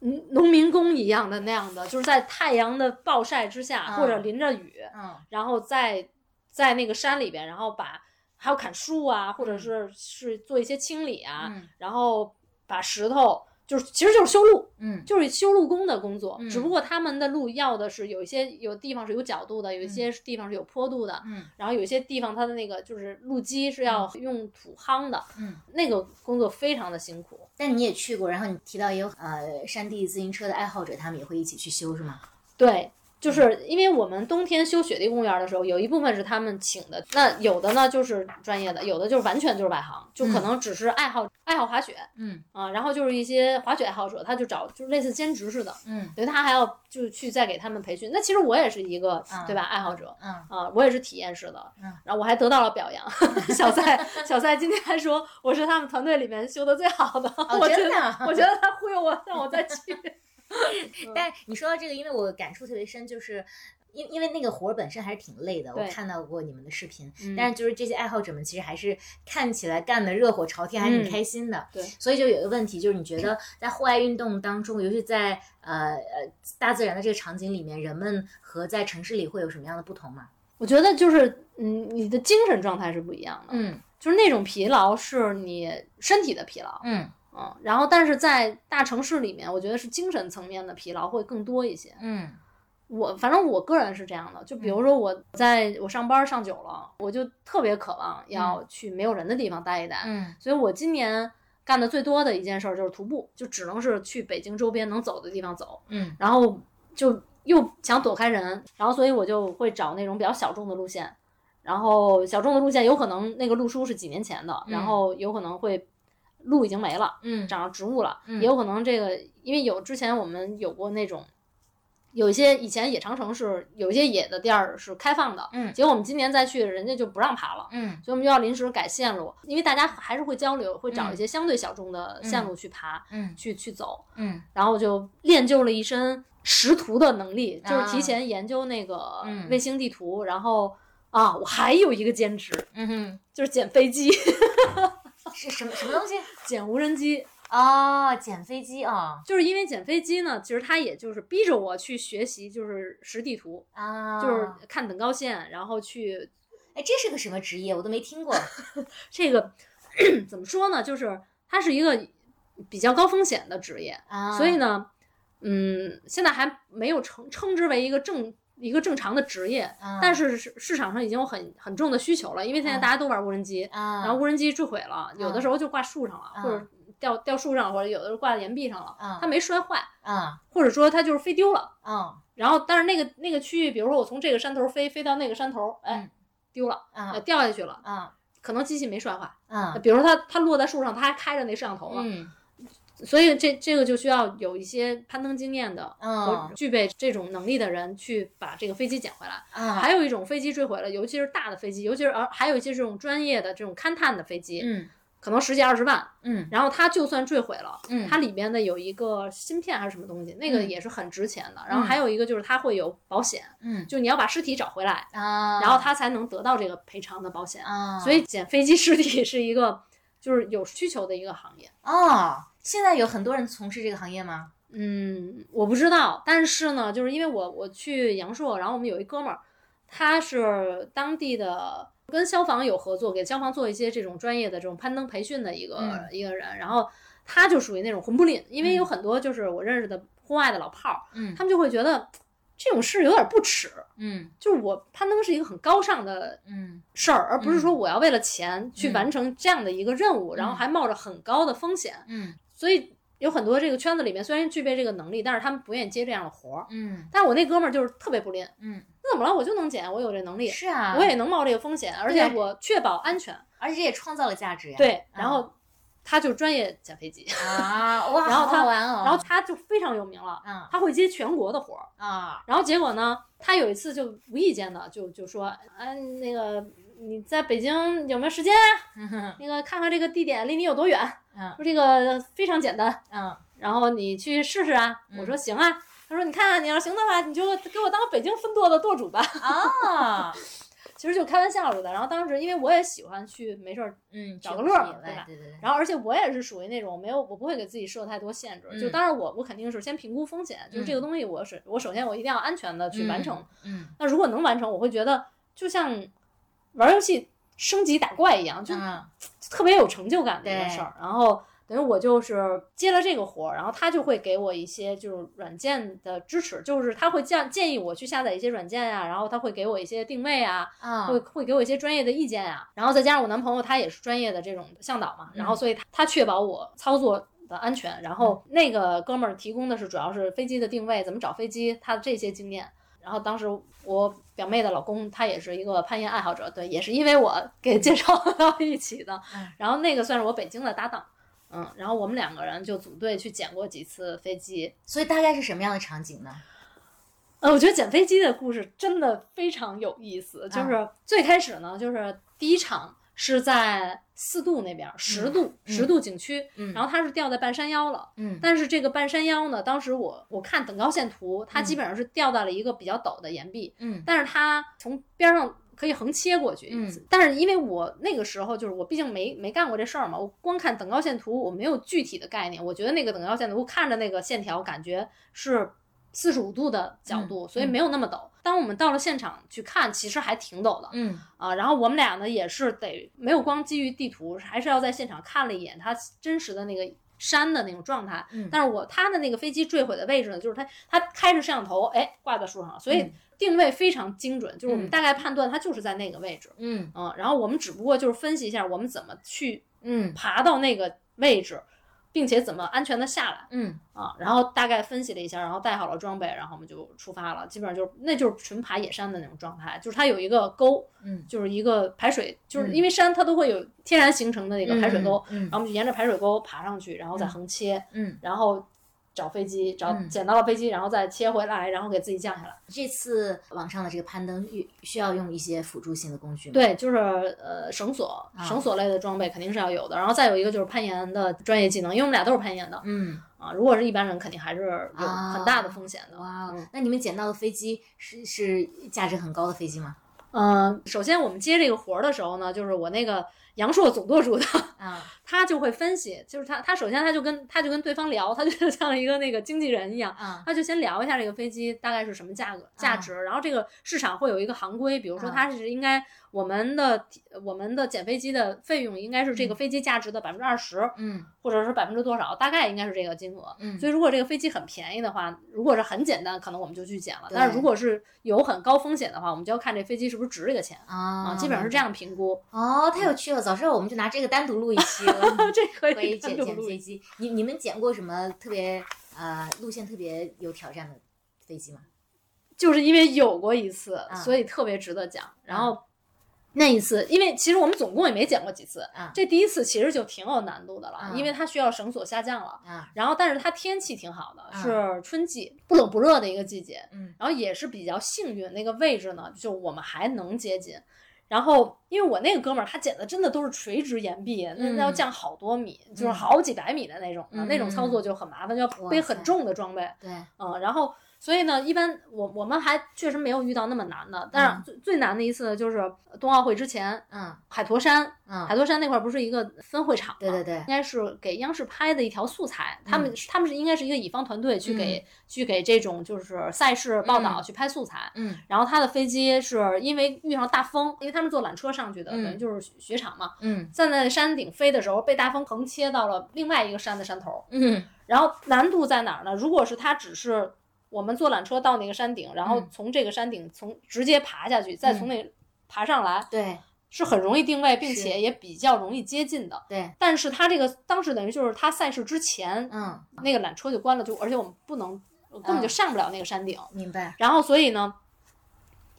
S1: 农农民工一样的那样的，就是在太阳的暴晒之下，
S2: 啊
S1: 或者淋着雨，
S2: 嗯
S1: 然后在在那个山里边，然后把还有砍树啊，或者
S2: 嗯
S1: 是是做一些清理啊，
S2: 嗯
S1: 然后把石头就是其实就是修路，
S2: 嗯
S1: 就是修路工的工作，
S2: 嗯
S1: 只不过他们的路要的是有一些有地方是有角度的，有一些地方是有坡度的，
S2: 嗯
S1: 然后有一些地方它的那个就是路基是要用土夯的，
S2: 嗯。
S1: 那个工作非常的辛苦。
S2: 但你也去过，然后你提到也有呃山地自行车的爱好者，他们也会一起去修是吗？
S1: 对，就是因为我们冬天修雪地公园的时候，有一部分是他们请的，那有的呢就是专业的，有的就是完全就是外行，就可能只是爱好、爱好滑雪
S2: 嗯
S1: 啊，然后就是一些滑雪爱好者，他就找就是类似兼职似的。
S2: 嗯
S1: 所以他还要就去再给他们培训，那其实我也是一个、
S2: 啊
S1: 对吧爱好者，
S2: 嗯
S1: 啊，我也是体验式的，
S2: 嗯
S1: 然后我还得到了表扬。 小赛，小赛今天还说我是他们团队里面修的最好的，
S2: 哦
S1: 我觉
S2: 真
S1: 得
S2: 的啊
S1: 我觉得他忽悠我，让我再 去。
S2: 但你说到这个，因为我感触特别深，就是因因为那个活儿本身还是挺累的，我
S1: 对
S2: 看到过你们的视频，
S1: 嗯
S2: 但是就是这些爱好者们其实还是看起来干的热火朝天，还挺
S1: 嗯
S2: 开心的。
S1: 对
S2: 所以就有一个问题，就是你觉 得在户外运动当中，尤其在呃呃大自然的这个场景里面，人们和在城市里会有什么样的不同吗？
S1: 我觉得就是嗯，你的精神状态是不一样的，
S2: 嗯
S1: 就是那种疲劳是你身体的疲劳，
S2: 嗯
S1: 嗯，然后但是在大城市里面，我觉得是精神层面的疲劳会更多一些。
S2: 嗯
S1: 我反正我个人是这样的，就比如说我在我上班上久了，我就特别渴望要去没有人的地方待一待，
S2: 嗯
S1: 所以我今年干的最多的一件事儿就是徒步，就只能是去北京周边能走的地方走，
S2: 嗯
S1: 然后就又想躲开人，然后所以我就会找那种比较小众的路线，然后小众的路线有可能那个路书是几年前的，
S2: 嗯
S1: 然后有可能会路已经没了，
S2: 嗯
S1: 长上植物了，
S2: 嗯
S1: 也有可能这个因为有之前我们有过那种。有一些以前野长城是有一些野的地儿是开放的，
S2: 嗯
S1: 结果我们今年再去，人家就不让爬了，
S2: 嗯
S1: 所以我们就要临时改线路，因为大家还是会交流，会找
S2: 嗯
S1: 一些相对小众的线路去爬、
S2: 嗯
S1: 去去走。
S2: 嗯
S1: 然后我就练就了一身识图的能力，
S2: 啊
S1: 就是提前研究那个
S2: 嗯
S1: 卫星地图。然后啊，我还有一个兼职，
S2: 嗯
S1: 就是捡飞机、
S2: 哼，是什么什么东西？
S1: 捡无人机。
S2: 哦，捡飞机哦
S1: 就是因为捡飞机呢，其实它也就是逼着我去学习，就是识地图，
S2: 啊，
S1: 就是看等高线，然后去
S2: 哎，这是个什么职业？我都没听过。
S1: 这个 怎么说呢？就是它是一个比较高风险的职业，
S2: 啊，
S1: 所以呢，嗯，现在还没有称称之为一个正一个正常的职业，
S2: 嗯
S1: 但是市市场上已经有很很重的需求了，因为现在
S2: 嗯
S1: 大家都玩无人机，
S2: 啊，
S1: 然后无人机坠毁了，有的
S2: 嗯
S1: 时候就挂树上了，
S2: 嗯
S1: 或者掉掉树上，或者有的时候挂在岩壁上了，
S2: 嗯
S1: 它没摔坏，
S2: 啊
S1: 或者说它就是飞丢了。
S2: 嗯
S1: 然后，但是那个那个区域，比如说我从这个山头飞飞到那个山头，哎
S2: 嗯，
S1: 丢了，
S2: 啊
S1: 呃掉下去了，
S2: 啊
S1: 可能机器没摔坏。
S2: 啊
S1: 比如说它它落在树上，它还开着那摄像头呢，
S2: 嗯
S1: 所以这这个就需要有一些攀登经验的和
S2: 嗯
S1: 具备这种能力的人去把这个飞机捡回来。
S2: 啊
S1: 还有一种飞机坠毁了，尤其是大的飞机，尤其是而还有一些这种专业的这种勘探的飞机，
S2: 嗯
S1: 可能十几二十万，
S2: 嗯
S1: 然后它就算坠毁了，
S2: 嗯
S1: 它里面的有一个芯片还是什么东西，那个
S2: 嗯
S1: 也是很值钱的。然后还有一个就是它会有保险，
S2: 嗯
S1: 就你要把尸体找回来，
S2: 啊，
S1: 然后它才能得到这个赔偿的保险。
S2: 啊，
S1: 所以捡飞机 尸体是一个就是有需求的一个行业。
S2: 哦，现在有很多人从事这个行业吗？
S1: 嗯，我不知道，但是呢，就是因为我我去阳朔，然后我们有一哥们儿，他是当地的，跟消防有合作，给消防做一些这种专业的这种攀登培训的一个、
S2: 嗯
S1: 一个人，然后他就属于那种魂不吝，因为有
S2: 嗯
S1: 很多就是我认识的户外的老炮儿，
S2: 嗯
S1: 他们就会觉得这种事有点不耻，
S2: 嗯
S1: 就是我攀登是一个很高尚的
S2: 嗯
S1: 事儿，而不是说
S2: 嗯
S1: 我要为了钱去
S2: 嗯
S1: 完成这样的一个任务，然后
S2: 嗯
S1: 还冒着很高的风险。
S2: 嗯
S1: 所以有很多这个圈子里面虽然具备这个能力，但是他们不愿意接这样的活儿。
S2: 嗯
S1: 但是我那哥们儿就是特别不吝，
S2: 嗯，
S1: 那怎么了？我就能捡，我有这能力，
S2: 是啊，
S1: 我也能冒这个风险，而且
S2: 对
S1: 我确保安全。
S2: 而且这也创造了价值呀。
S1: 对，然
S2: 嗯
S1: 后他就专业捡飞机，
S2: 啊，哇，
S1: 然后
S2: 好
S1: 他
S2: 好玩哦，
S1: 然后他就非常有名了，
S2: 啊
S1: 他会接全国的活儿。
S2: 啊
S1: 然后结果呢，他有一次就无意间的就就说，哎，那个你在北京有没有时间啊？
S2: 嗯
S1: 那个看看这个地点离你有多远，
S2: 嗯
S1: 说这个非常简单，
S2: 嗯
S1: 然后你去试试啊。
S2: 嗯
S1: 我说行啊。他说你看、啊、你要行的话，你就给我当北京分舵的舵主吧。
S2: 啊，
S1: 其实就开玩笑似的。然后当时因为我也喜欢去没事儿，
S2: 嗯，
S1: 找
S2: 去
S1: 个
S2: 不
S1: 乐
S2: 是
S1: 儿
S2: 野
S1: 对
S2: 外
S1: 吧
S2: 对对对，
S1: 然后而且我也是属于那种没有我不会给自己设太多限制。
S2: 嗯
S1: 就当然我我肯定是先评估风险，就是这个
S2: 嗯
S1: 东西我是我首先我一定要安全的去完成。
S2: 嗯，
S1: 那如果能完成，我会觉得就像玩游戏升级打怪一样，就
S2: 嗯啊
S1: 特别有成就感的一个
S2: 对
S1: 事儿。然后等于我就是接了这个活儿，然后他就会给我一些就是软件的支持，就是他会建建议我去下载一些软件啊，然后他会给我一些定位啊，
S2: 啊
S1: 会会给我一些专业的意见啊。然后再加上我男朋友他也是专业的这种向导嘛，
S2: 嗯嗯
S1: 然后所以他他确保我操作。的安全，然后那个哥们儿提供的是主要是飞机的定位，怎么找飞机，他的这些经验。然后当时我表妹的老公他也是一个攀岩爱好者，对，也是因为我给介绍 到一起的
S2: 嗯。
S1: 然后那个算是我北京的搭档，嗯，然后我们两个人就组队去捡过几次飞机。
S2: 所以大概是什么样的场景呢？
S1: 呃，我觉得捡飞机的故事真的非常有意思。
S2: 啊
S1: 就是最开始呢，就是第一场是在四渡那边，十渡
S2: 嗯
S1: 十渡景区，
S2: 嗯
S1: 然后它是掉在半山腰了。
S2: 嗯
S1: 但是这个半山腰呢，当时我我看等高线图，它基本上是掉到了一个比较陡的岩壁，
S2: 嗯
S1: 但是它从边上可以横切过去。
S2: 嗯
S1: 但是因为我那个时候就是我毕竟没没干过这事儿嘛，我光看等高线图，我没有具体的概念。我觉得那个等高线图看着那个线条，感觉是四十五度的角度，
S2: 嗯
S1: 所以没有那么陡。当我们到了现场去看，其实还挺陡的
S2: 嗯
S1: 啊。然后我们俩呢也是得没有光基于地图，还是要在现场看了一眼它真实的那个山的那种状态。
S2: 嗯
S1: 但是我他的那个飞机坠毁的位置呢，就是他他开着摄像头，哎，挂在树上了，所以
S2: 嗯
S1: 定位非常精准，就是我们
S2: 嗯
S1: 大概判断它就是在那个位置，
S2: 嗯
S1: 嗯，然后我们只不过就是分析一下我们怎么去
S2: 嗯
S1: 爬到那个位置，并且怎么安全的下来
S2: 嗯
S1: 啊，然后大概分析了一下，然后带好了装备，然后我们就出发了，基本上就是那就是纯爬野山的那种状态，就是它有一个沟，
S2: 嗯，
S1: 就是一个排水，就是
S2: 嗯
S1: 因为山它都会有天然形成的那个排水沟，，
S2: 嗯
S1: 然后我们就沿着排水沟爬上去，然后再
S2: 嗯
S1: 横切。
S2: 嗯，
S1: 然后找飞机，找
S2: 嗯
S1: 捡到了飞机，然后再切回来，然后给自己降下来。
S2: 这次网上的这个攀登需需要用一些辅助性的工具吗？
S1: 对，就是呃绳索，
S2: 嗯啊
S1: 绳索类的装备肯定是要有的，然后再有一个就是攀岩的专业技能，因为我们俩都是攀岩的
S2: 嗯，
S1: 啊。如果是一般人，肯定还是有
S2: 啊
S1: 很大的风险的。
S2: 哇哦
S1: 嗯，
S2: 那你们捡到的飞机是是价值很高的飞机吗？
S1: 嗯，首先我们接这个活儿的时候呢，就是我那个阳朔总舵主的，
S2: 啊，
S1: 他就会分析，就是他他首先他就跟他就跟对方聊，他就像一个那个经纪人一样，
S2: 啊
S1: 他就先聊一下这个飞机大概是什么价格价值，然后这个市场会有一个行规，比如说
S2: 啊
S1: 它是应该，我们的我们的减飞机的费用应该是这个飞机价值的百分之二十，
S2: 嗯
S1: 或者是百分之多少，大概应该是这个金额。
S2: 嗯，
S1: 所以如果这个飞机很便宜的话，如果是很简单，可能我们就去减了。
S2: 对
S1: 但是如果是有很高风险的话，我们就要看这飞机是不是值这个钱
S2: 啊
S1: 啊，基本上是这样评 估。，
S2: 哦，太有趣了！早知道我们就拿这个单独录一期了
S1: 这可
S2: 可以剪
S1: 单独
S2: 剪
S1: 录
S2: 飞机。你你们剪过什么特别呃路线特别有挑战的飞机吗？
S1: 就是因为有过一次，
S2: 啊
S1: 所以特别值得讲。
S2: 嗯
S1: 然后那一次，因为其实我们总共也没剪过几次，
S2: 啊
S1: 这第一次其实就挺有难度的了，
S2: 啊
S1: 因为它需要绳索下降了。
S2: 啊，
S1: 然后，但是它天气挺好的，
S2: 啊
S1: 是春季，不冷不热的一个季节。
S2: 嗯，
S1: 然后也是比较幸运，那个位置呢，就我们还能接近。然后，因为我那个哥们儿，他捡的真的都是垂直岩壁，那
S2: 嗯
S1: 那要降好多米，就是
S2: 嗯
S1: 好几百米的那种的，
S2: 嗯
S1: 那种操作就很麻烦，就要
S2: 哇
S1: 背
S2: 塞
S1: 很重的装备。
S2: 对，
S1: 嗯，然后所以呢，一般我我们还确实没有遇到那么难的，但
S2: 嗯
S1: 是最、最难的一次呢，就是冬奥会之前，
S2: 嗯
S1: 海坨山，海
S2: 嗯，
S1: 坨山那块儿不是一个分会场吗？
S2: 对对嗯对
S1: 应该是给央视拍的一条素材，他们、他们是应该是一个乙方团队去给、去给这种就是赛事报道、
S2: 嗯
S1: 去拍素材。
S2: 嗯
S1: 然后他的飞机是因为遇上大风，因为他们坐缆车上去的，
S2: 嗯
S1: 等于就是雪雪场嘛，
S2: 嗯
S1: 站在山顶飞的时候被大风横切到了另外一个山的山头，
S2: 嗯
S1: 然后难度在哪儿呢？如果是它只是我们坐缆车到那个山顶，然后
S2: 嗯
S1: 从这个山顶从直接爬下去，再从那爬上来，
S2: 对
S1: 是很容易定位，并
S2: 是
S1: 且也比较容易接近的。
S2: 对，
S1: 但是它这个当时等于就是它赛事之前，
S2: 嗯，
S1: 那个缆车就关了，就而且我们不能根本就上不了那个山顶。
S2: 明白，
S1: 然后所以呢，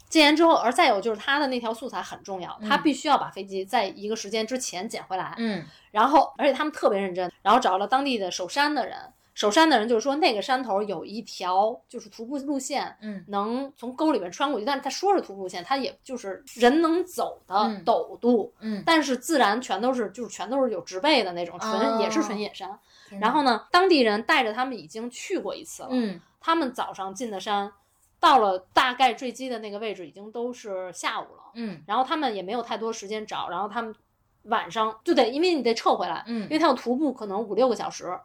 S1: 禁言之后，而再有就是它的那条素材很重要，它
S2: 嗯
S1: 必须要把飞机在一个时间之前捡回来。
S2: 嗯
S1: 然后而且他们特别认真，然后找了当地的守山的人。守山的人就是说，那个山头有一条就是徒步路线，
S2: 嗯
S1: 能从沟里面穿过去。但是他说是徒步路线，它也就是人能走的
S2: 嗯
S1: 陡度，
S2: 嗯，
S1: 但是自然全都是就是全都是有植被的那种，纯、
S2: 哦
S1: 也是纯野山。
S2: 天
S1: 然
S2: 哪
S1: 后呢，当地人带着他们已经去过一次了，
S2: 嗯
S1: 他们早上进的山，到了大概坠机的那个位置已经都是下午了，
S2: 嗯
S1: 然后他们也没有太多时间找，然后他们晚上就得因为你得撤回来，因为
S2: 嗯
S1: 他要徒步可能五六个小时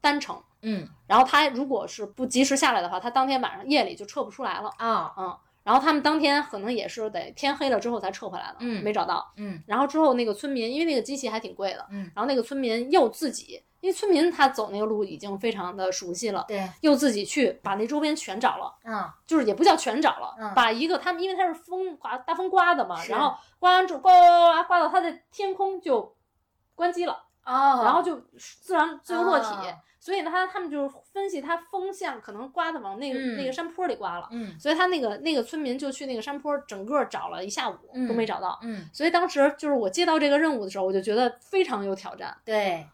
S1: 单程，
S2: 嗯
S1: 然后他如果是不及时下来的话，他当天晚上夜里就撤不出来了，
S2: 哦
S1: 嗯。然后他们当天可能也是得天黑了之后才撤回来的，
S2: 嗯
S1: 没找到。
S2: 嗯
S1: 然后之后那个村民，因为那个机器还挺贵的，
S2: 嗯
S1: 然后那个村民又自己，因为村民他走那个路已经非常的熟悉了，
S2: 对，
S1: 又自己去把那周边全找了，
S2: 嗯
S1: 就是也不叫全找了，
S2: 嗯
S1: 把一个他们因为它是风刮大风刮的嘛，
S2: 是
S1: 然后刮完之后刮刮刮刮刮到它的天空就关机了，
S2: 哦
S1: 然后就自然自由落体。
S2: 哦
S1: 所以呢，他他们就是分析它风向可能刮的往那个、
S2: 嗯
S1: 那个山坡里刮了，
S2: 嗯
S1: 所以他那个那个村民就去那个山坡整个找了一下午、
S2: 嗯
S1: 都没找到。
S2: 嗯
S1: 所以当时就是我接到这个任务的时候，我就觉得非常有挑战，
S2: 对，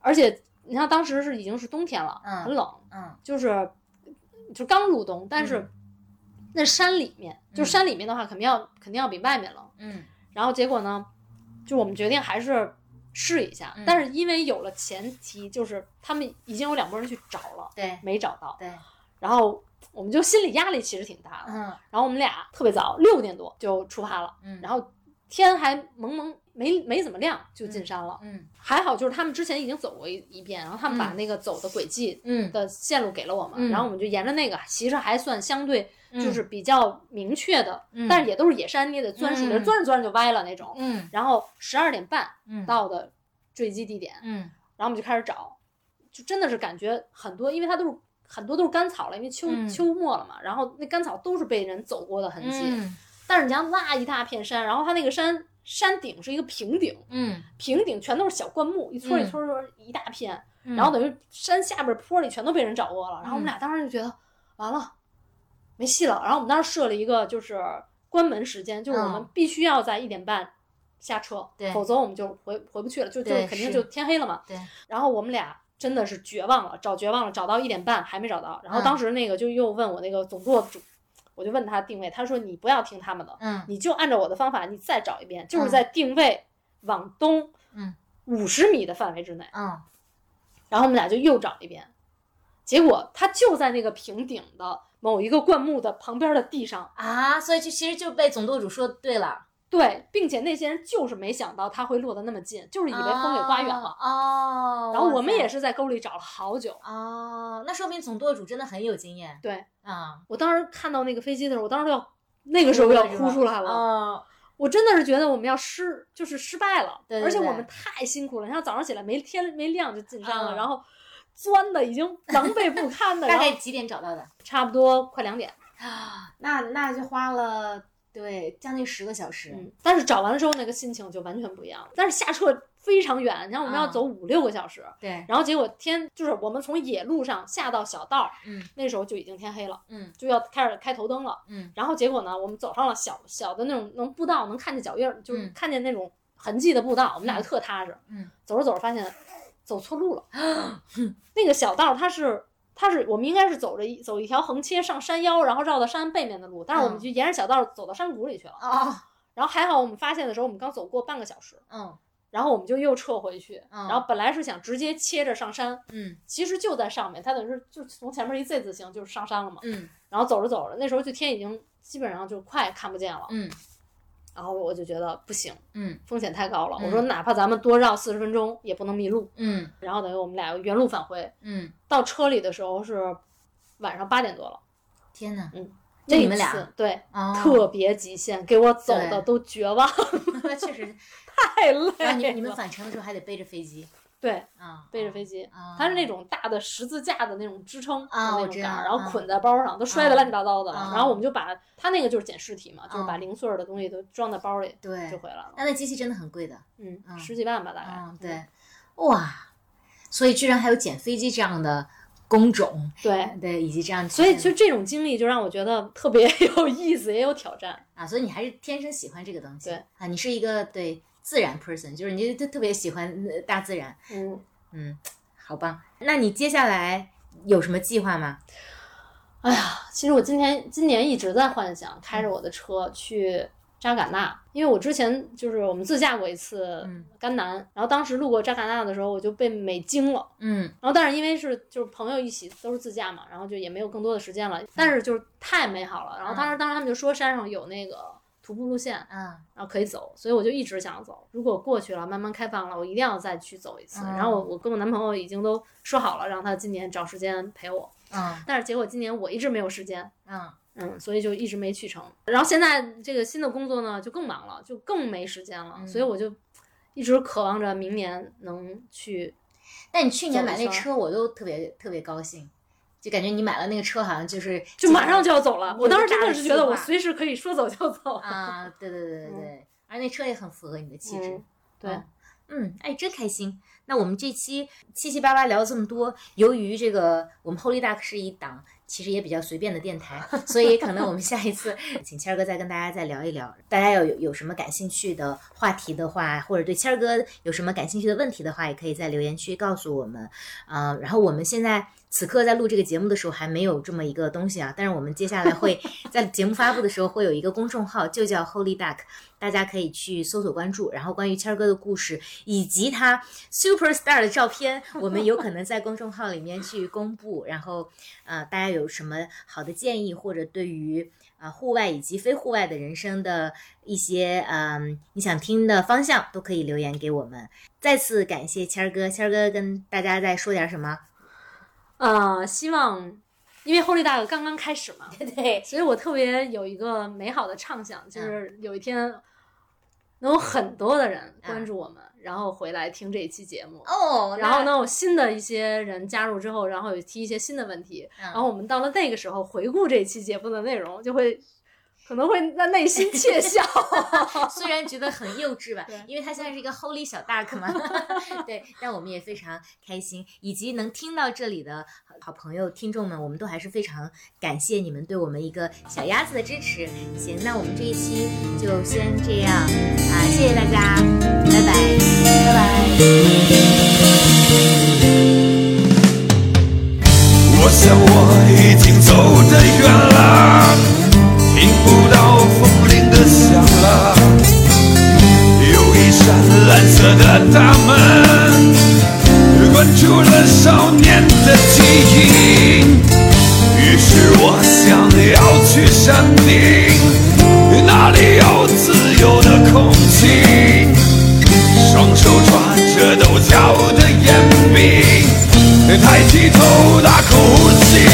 S1: 而且你看当时是已经是冬天了，
S2: 嗯
S1: 很冷，
S2: 嗯
S1: 就是就刚入冬，但是
S2: 嗯
S1: 那山里面，就
S2: 嗯
S1: 山里面的话，肯定要肯定要比外面冷。
S2: 嗯
S1: 然后结果呢，就我们决定还是试一下
S2: 嗯，
S1: 但是因为有了前提，就是他们已经有两拨人去找了，
S2: 对
S1: 没找到，
S2: 对，
S1: 然后我们就心理压力其实挺大的。
S2: 嗯
S1: 然后我们俩特别早，六点多就出发了，
S2: 嗯，
S1: 然后天还蒙蒙没没怎么亮就进
S2: 嗯
S1: 山了。
S2: 嗯
S1: 还好就是他们之前已经走过一一遍，然后他们把
S2: 嗯
S1: 那个走的轨迹
S2: 嗯
S1: 的线路给了我们，
S2: 嗯
S1: 然后我们就沿着那个，其实还算相对
S2: 嗯
S1: 就是比较明确的，
S2: 嗯
S1: 但是也都是野山，你也得钻树林，
S2: 嗯
S1: 钻着钻着就歪了那种。
S2: 嗯
S1: 然后十二点半
S2: 嗯
S1: 到的坠机地点，
S2: 嗯
S1: 然后我们就开始找，就真的是感觉很多，因为它都是很多都是干草了，因为秋、
S2: 嗯
S1: 秋末了嘛，然后那干草都是被人走过的痕迹。
S2: 嗯
S1: 但是你像那一大片山，然后它那个山山顶是一个平顶，
S2: 嗯，
S1: 平顶全都是小灌木，一撮一
S2: 嗯
S1: 撮一撮一大片，
S2: 嗯
S1: 然后等于山下边坡里全都被人掌握了，然后我们
S2: 嗯
S1: 俩当时就觉得完了，没戏了。然后我们当时设了一个就是关门时间，就是我们
S2: 嗯
S1: 必须要在一点半下车，
S2: 对
S1: 否则我们就回回不去了，就就
S2: 对
S1: 肯定
S2: 是
S1: 就天黑了嘛。
S2: 对，
S1: 然后我们俩真的是绝望了，找绝望了，找到一点半还没找到。然后
S2: 嗯
S1: 当时那个就又问我那个总舵主，我就问他定位，他说你不要听他们的，
S2: 嗯
S1: 你就按照我的方法，你再找一遍，就是
S2: 嗯
S1: 在定位往东
S2: 嗯
S1: 五十米的范围之内。
S2: 嗯
S1: 然后我们俩就又找了一遍，结果他就在那个平顶的某一个灌木的旁边的地上。
S2: 啊，所以就其实就被总舵主说对了，
S1: 对，并且那些人就是没想到他会落得那么近，就是以为风给刮远了。
S2: 哦，
S1: 然后我们也
S2: 是
S1: 是在沟里找了好久。
S2: 哦，那说明总舵主真的很有经验
S1: 对
S2: 啊。
S1: 我当时看到那个飞机的时候，我当时都要那个时候要
S2: 哭了
S1: 哭出来了。
S2: 哦，
S1: 我真的是觉得我们要失，就是失败了，
S2: 对对
S1: 而且
S2: 对
S1: 我们太辛苦了。你看早上起来没天没亮就进山了，
S2: 嗯
S1: 然后钻的已经狼狈不堪的，
S2: 大
S1: 然后
S2: 概几点找到的？
S1: 差不多快两点。
S2: 那那就花了对将近十个小时。
S1: 嗯，但是找完了之后那个心情就完全不一样了。但是下撤非常远，你看我们要
S2: 嗯
S1: 走五六个小时，
S2: 对，
S1: 然后结果天就是我们从野路上下到小道，
S2: 嗯，
S1: 那时候就已经天黑了，
S2: 嗯
S1: 就要开始开头灯了。
S2: 嗯
S1: 然后结果呢，我们走上了小小的那种能步道，能看见脚印儿，就是
S2: 嗯
S1: 看见那种痕迹的步道，我们俩就特踏实。
S2: 嗯，
S1: 走着走着发现走错 路了，那个小道它是。它是我们应该是走着一走一条横切上山腰，然后绕到山背面的路，但是我们
S2: 嗯
S1: 就沿着小道走到山谷里去了。
S2: 哦，
S1: 然后还好我们发现的时候，我们刚走过半个小时，
S2: 嗯
S1: 然后我们就又撤回去。
S2: 嗯
S1: 然后本来是想直接切着上山，
S2: 嗯
S1: 其实就在上面，它等于是就是从前面一 Z 字形就是上山了嘛。
S2: 嗯
S1: 然后走着走着，那时候就天已经基本上就快看不见了。
S2: 嗯
S1: 然后我就觉得不行，
S2: 嗯
S1: 风险太高了。
S2: 嗯
S1: 我说哪怕咱们多绕四十分钟也不能迷路。
S2: 嗯
S1: 然后等于我们俩原路返回，
S2: 嗯，
S1: 到车里的时候是晚上八点多了。
S2: 天哪！就
S1: 那
S2: 你
S1: 一
S2: 们俩
S1: 次对、
S2: 哦，
S1: 特别极限，给我走
S2: 对
S1: 的都绝望，
S2: 那确实，
S1: 太累了。
S2: 然后你们你们返程的时候还得背着飞机
S1: 对
S2: 啊，
S1: 背着飞机，
S2: 啊，
S1: 它是那种大的十字架的那种支撑的
S2: 啊
S1: 那
S2: 我
S1: 种
S2: 知
S1: 杆
S2: 道
S1: 儿，然后
S2: 啊
S1: 捆在包上，都摔得乱七八糟的了。
S2: 啊
S1: 然后我们就把它那个就是捡尸体嘛，就是
S2: 啊
S1: 把零碎儿的东西都装在包里
S2: 对
S1: 就，回来了。
S2: 那那机器真的很贵的，
S1: 嗯，
S2: 啊
S1: 十几万吧大概。
S2: 嗯，对，哇，所以居然还有捡飞机这样的工种，
S1: 对，
S2: 对，哎以及这样，
S1: 所以就这种经历就让我觉得特别有意思，也有挑战。
S2: 啊，所以你还是天生喜欢这个东西，
S1: 对
S2: 啊，你是一个对自然 person，就是你就特别喜欢呃大自然，
S1: 嗯，
S2: 嗯，好棒。那你接下来有什么计划吗？
S1: 哎呀，其实我今天今年一直在幻想开着我的车去。扎尕那，因为我之前就是我们自驾过一次
S2: 嗯
S1: 甘南，然后当时路过扎尕那的时候，我就被美惊了，
S2: 嗯
S1: 然后但是因为是就是朋友一起都是自驾嘛，然后就也没有更多的时间了。但是就是太美好了。然后当
S2: 嗯
S1: 时当时他们就说山上有那个徒步路线，
S2: 啊，
S1: 然后可以走，所以我就一直想走。如果过去了，慢慢开放了，我一定要再去走一次。
S2: 嗯
S1: 然后我我跟我男朋友已经都说好了，让他今年找时间陪我。
S2: 嗯
S1: 但是结果今年我一直没有时间。
S2: 嗯
S1: 嗯，所以就一直没去成。然后现在这个新的工作呢，就更忙了，就更没时间了。
S2: 嗯
S1: 所以我就一直渴望着明年能去
S2: 但你去年买
S1: 走
S2: 那
S1: 一圈儿
S2: 车，我都特别特别高兴，就感觉你买了那个车，好像就是
S1: 就马嗯上就要走了。
S2: 你有
S1: 我当
S2: 个
S1: 时真
S2: 大
S1: 的
S2: 的
S1: 是
S2: 计
S1: 觉得嗯
S2: 划
S1: 我随时可以说走就走。
S2: 啊，对对对对对，而那车也很符合你的气质
S1: 嗯。对
S2: 嗯，嗯，哎，真开心。那我们这期七七八八聊了这么多，由于这个我们 Holy Duck 是一档其实也比较随便的电台，所以可能我们下一次请谦儿哥再跟大家再聊一聊。大家要有有什么感兴趣的话题的话，或者对谦儿哥有什么感兴趣的问题的话，也可以在留言区告诉我们。呃，然后我们现在此刻在录这个节目的时候还没有这么一个东西啊，但是我们接下来会在节目发布的时候会有一个公众号，就叫 Holy Duck，大家可以去搜索关注。然后关于谦儿哥的故事以及他 Super Star 的照片，我们有可能在公众号里面去公布。然后，呃，大家有什么好的建议，或者对于啊、呃户外以及非户外的人生的一些嗯、你想听的方向，都可以留言给我们。再次感谢谦儿哥，谦儿哥跟大家再说点什么？
S1: 呃，希望因为 Holy 大哥刚刚开始嘛，
S2: 对，
S1: 所以我特别有一个美好的畅想，就是有一天能有很多的人关注我们，然后回来听这一期节目。
S2: 哦
S1: 然后？呢，有新的一些人加入之后，然后有提一些新的问题，
S2: 然
S1: 然后我们到了那个时候回顾这期节目的内容，就会可能会在内心窃 笑。
S2: 虽然觉得很幼稚吧
S1: 对，
S2: 因为他现在是一个 holy 小大哥 嘛，对，但我们也非常开心，以及能听到这里的好朋友、听众们，我们都还是非常感谢你们对我们一个小鸭子的支持。行，那我们这一期就先这样啊，谢谢大家，拜拜，拜拜。
S3: 我想我已经走得远了，听不到风铃的响了。有一扇蓝色的大门，关住了少年的记忆。于是我想要去山顶，那里有自由的空气。双手抓着豆角的烟饼，抬起头大口呼吸。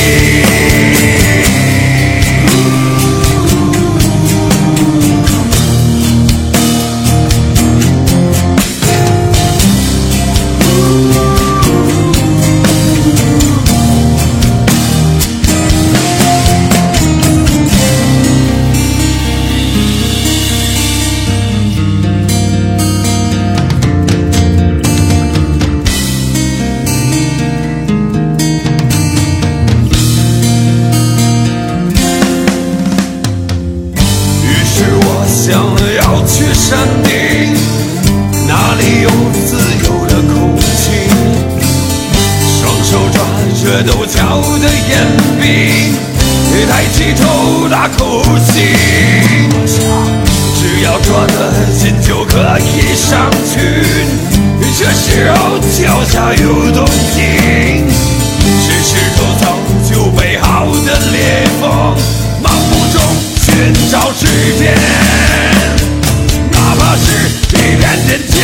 S3: 在陡峭的岩壁，抬起头大口吸，只要抓得紧就可以上去。这时候脚下有动静，是石头早就备好的裂缝，盲目中寻找时间，哪怕是一片天界。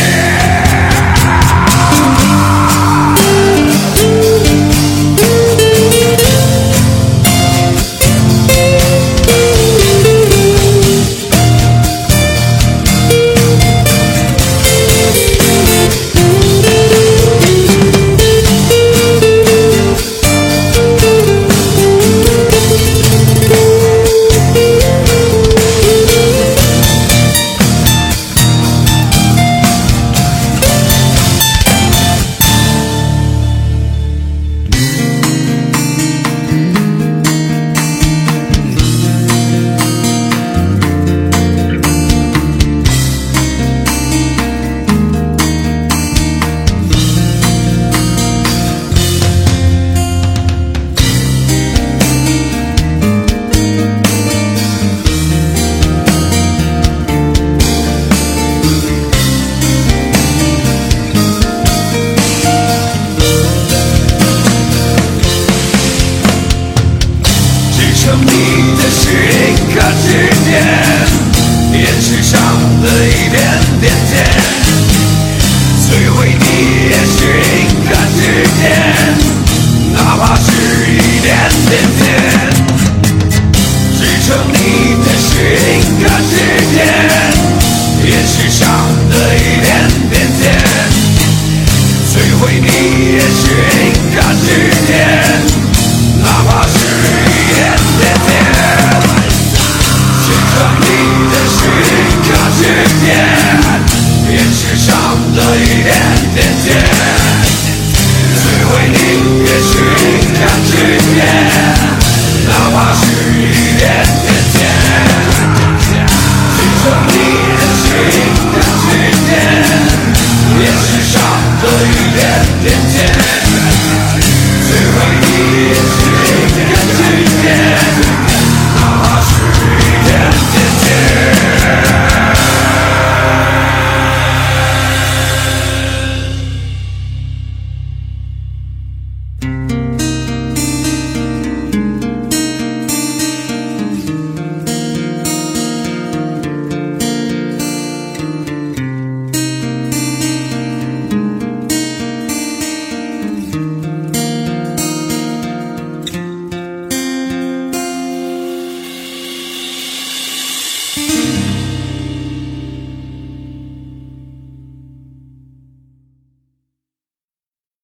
S3: 支撑你的是一颗支点，也只上了一点点点。摧毁你也是一颗支点，哪怕是一点点点。支撑你的是一颗支点，也只上了一点点点。摧毁你也是一颗支点。哪怕是一点点点，心疼你的是一个句点，也只上了一点点点，摧毁你也是一个句点，哪怕是一点点点，心疼你的是一个句点，也只上了一点点。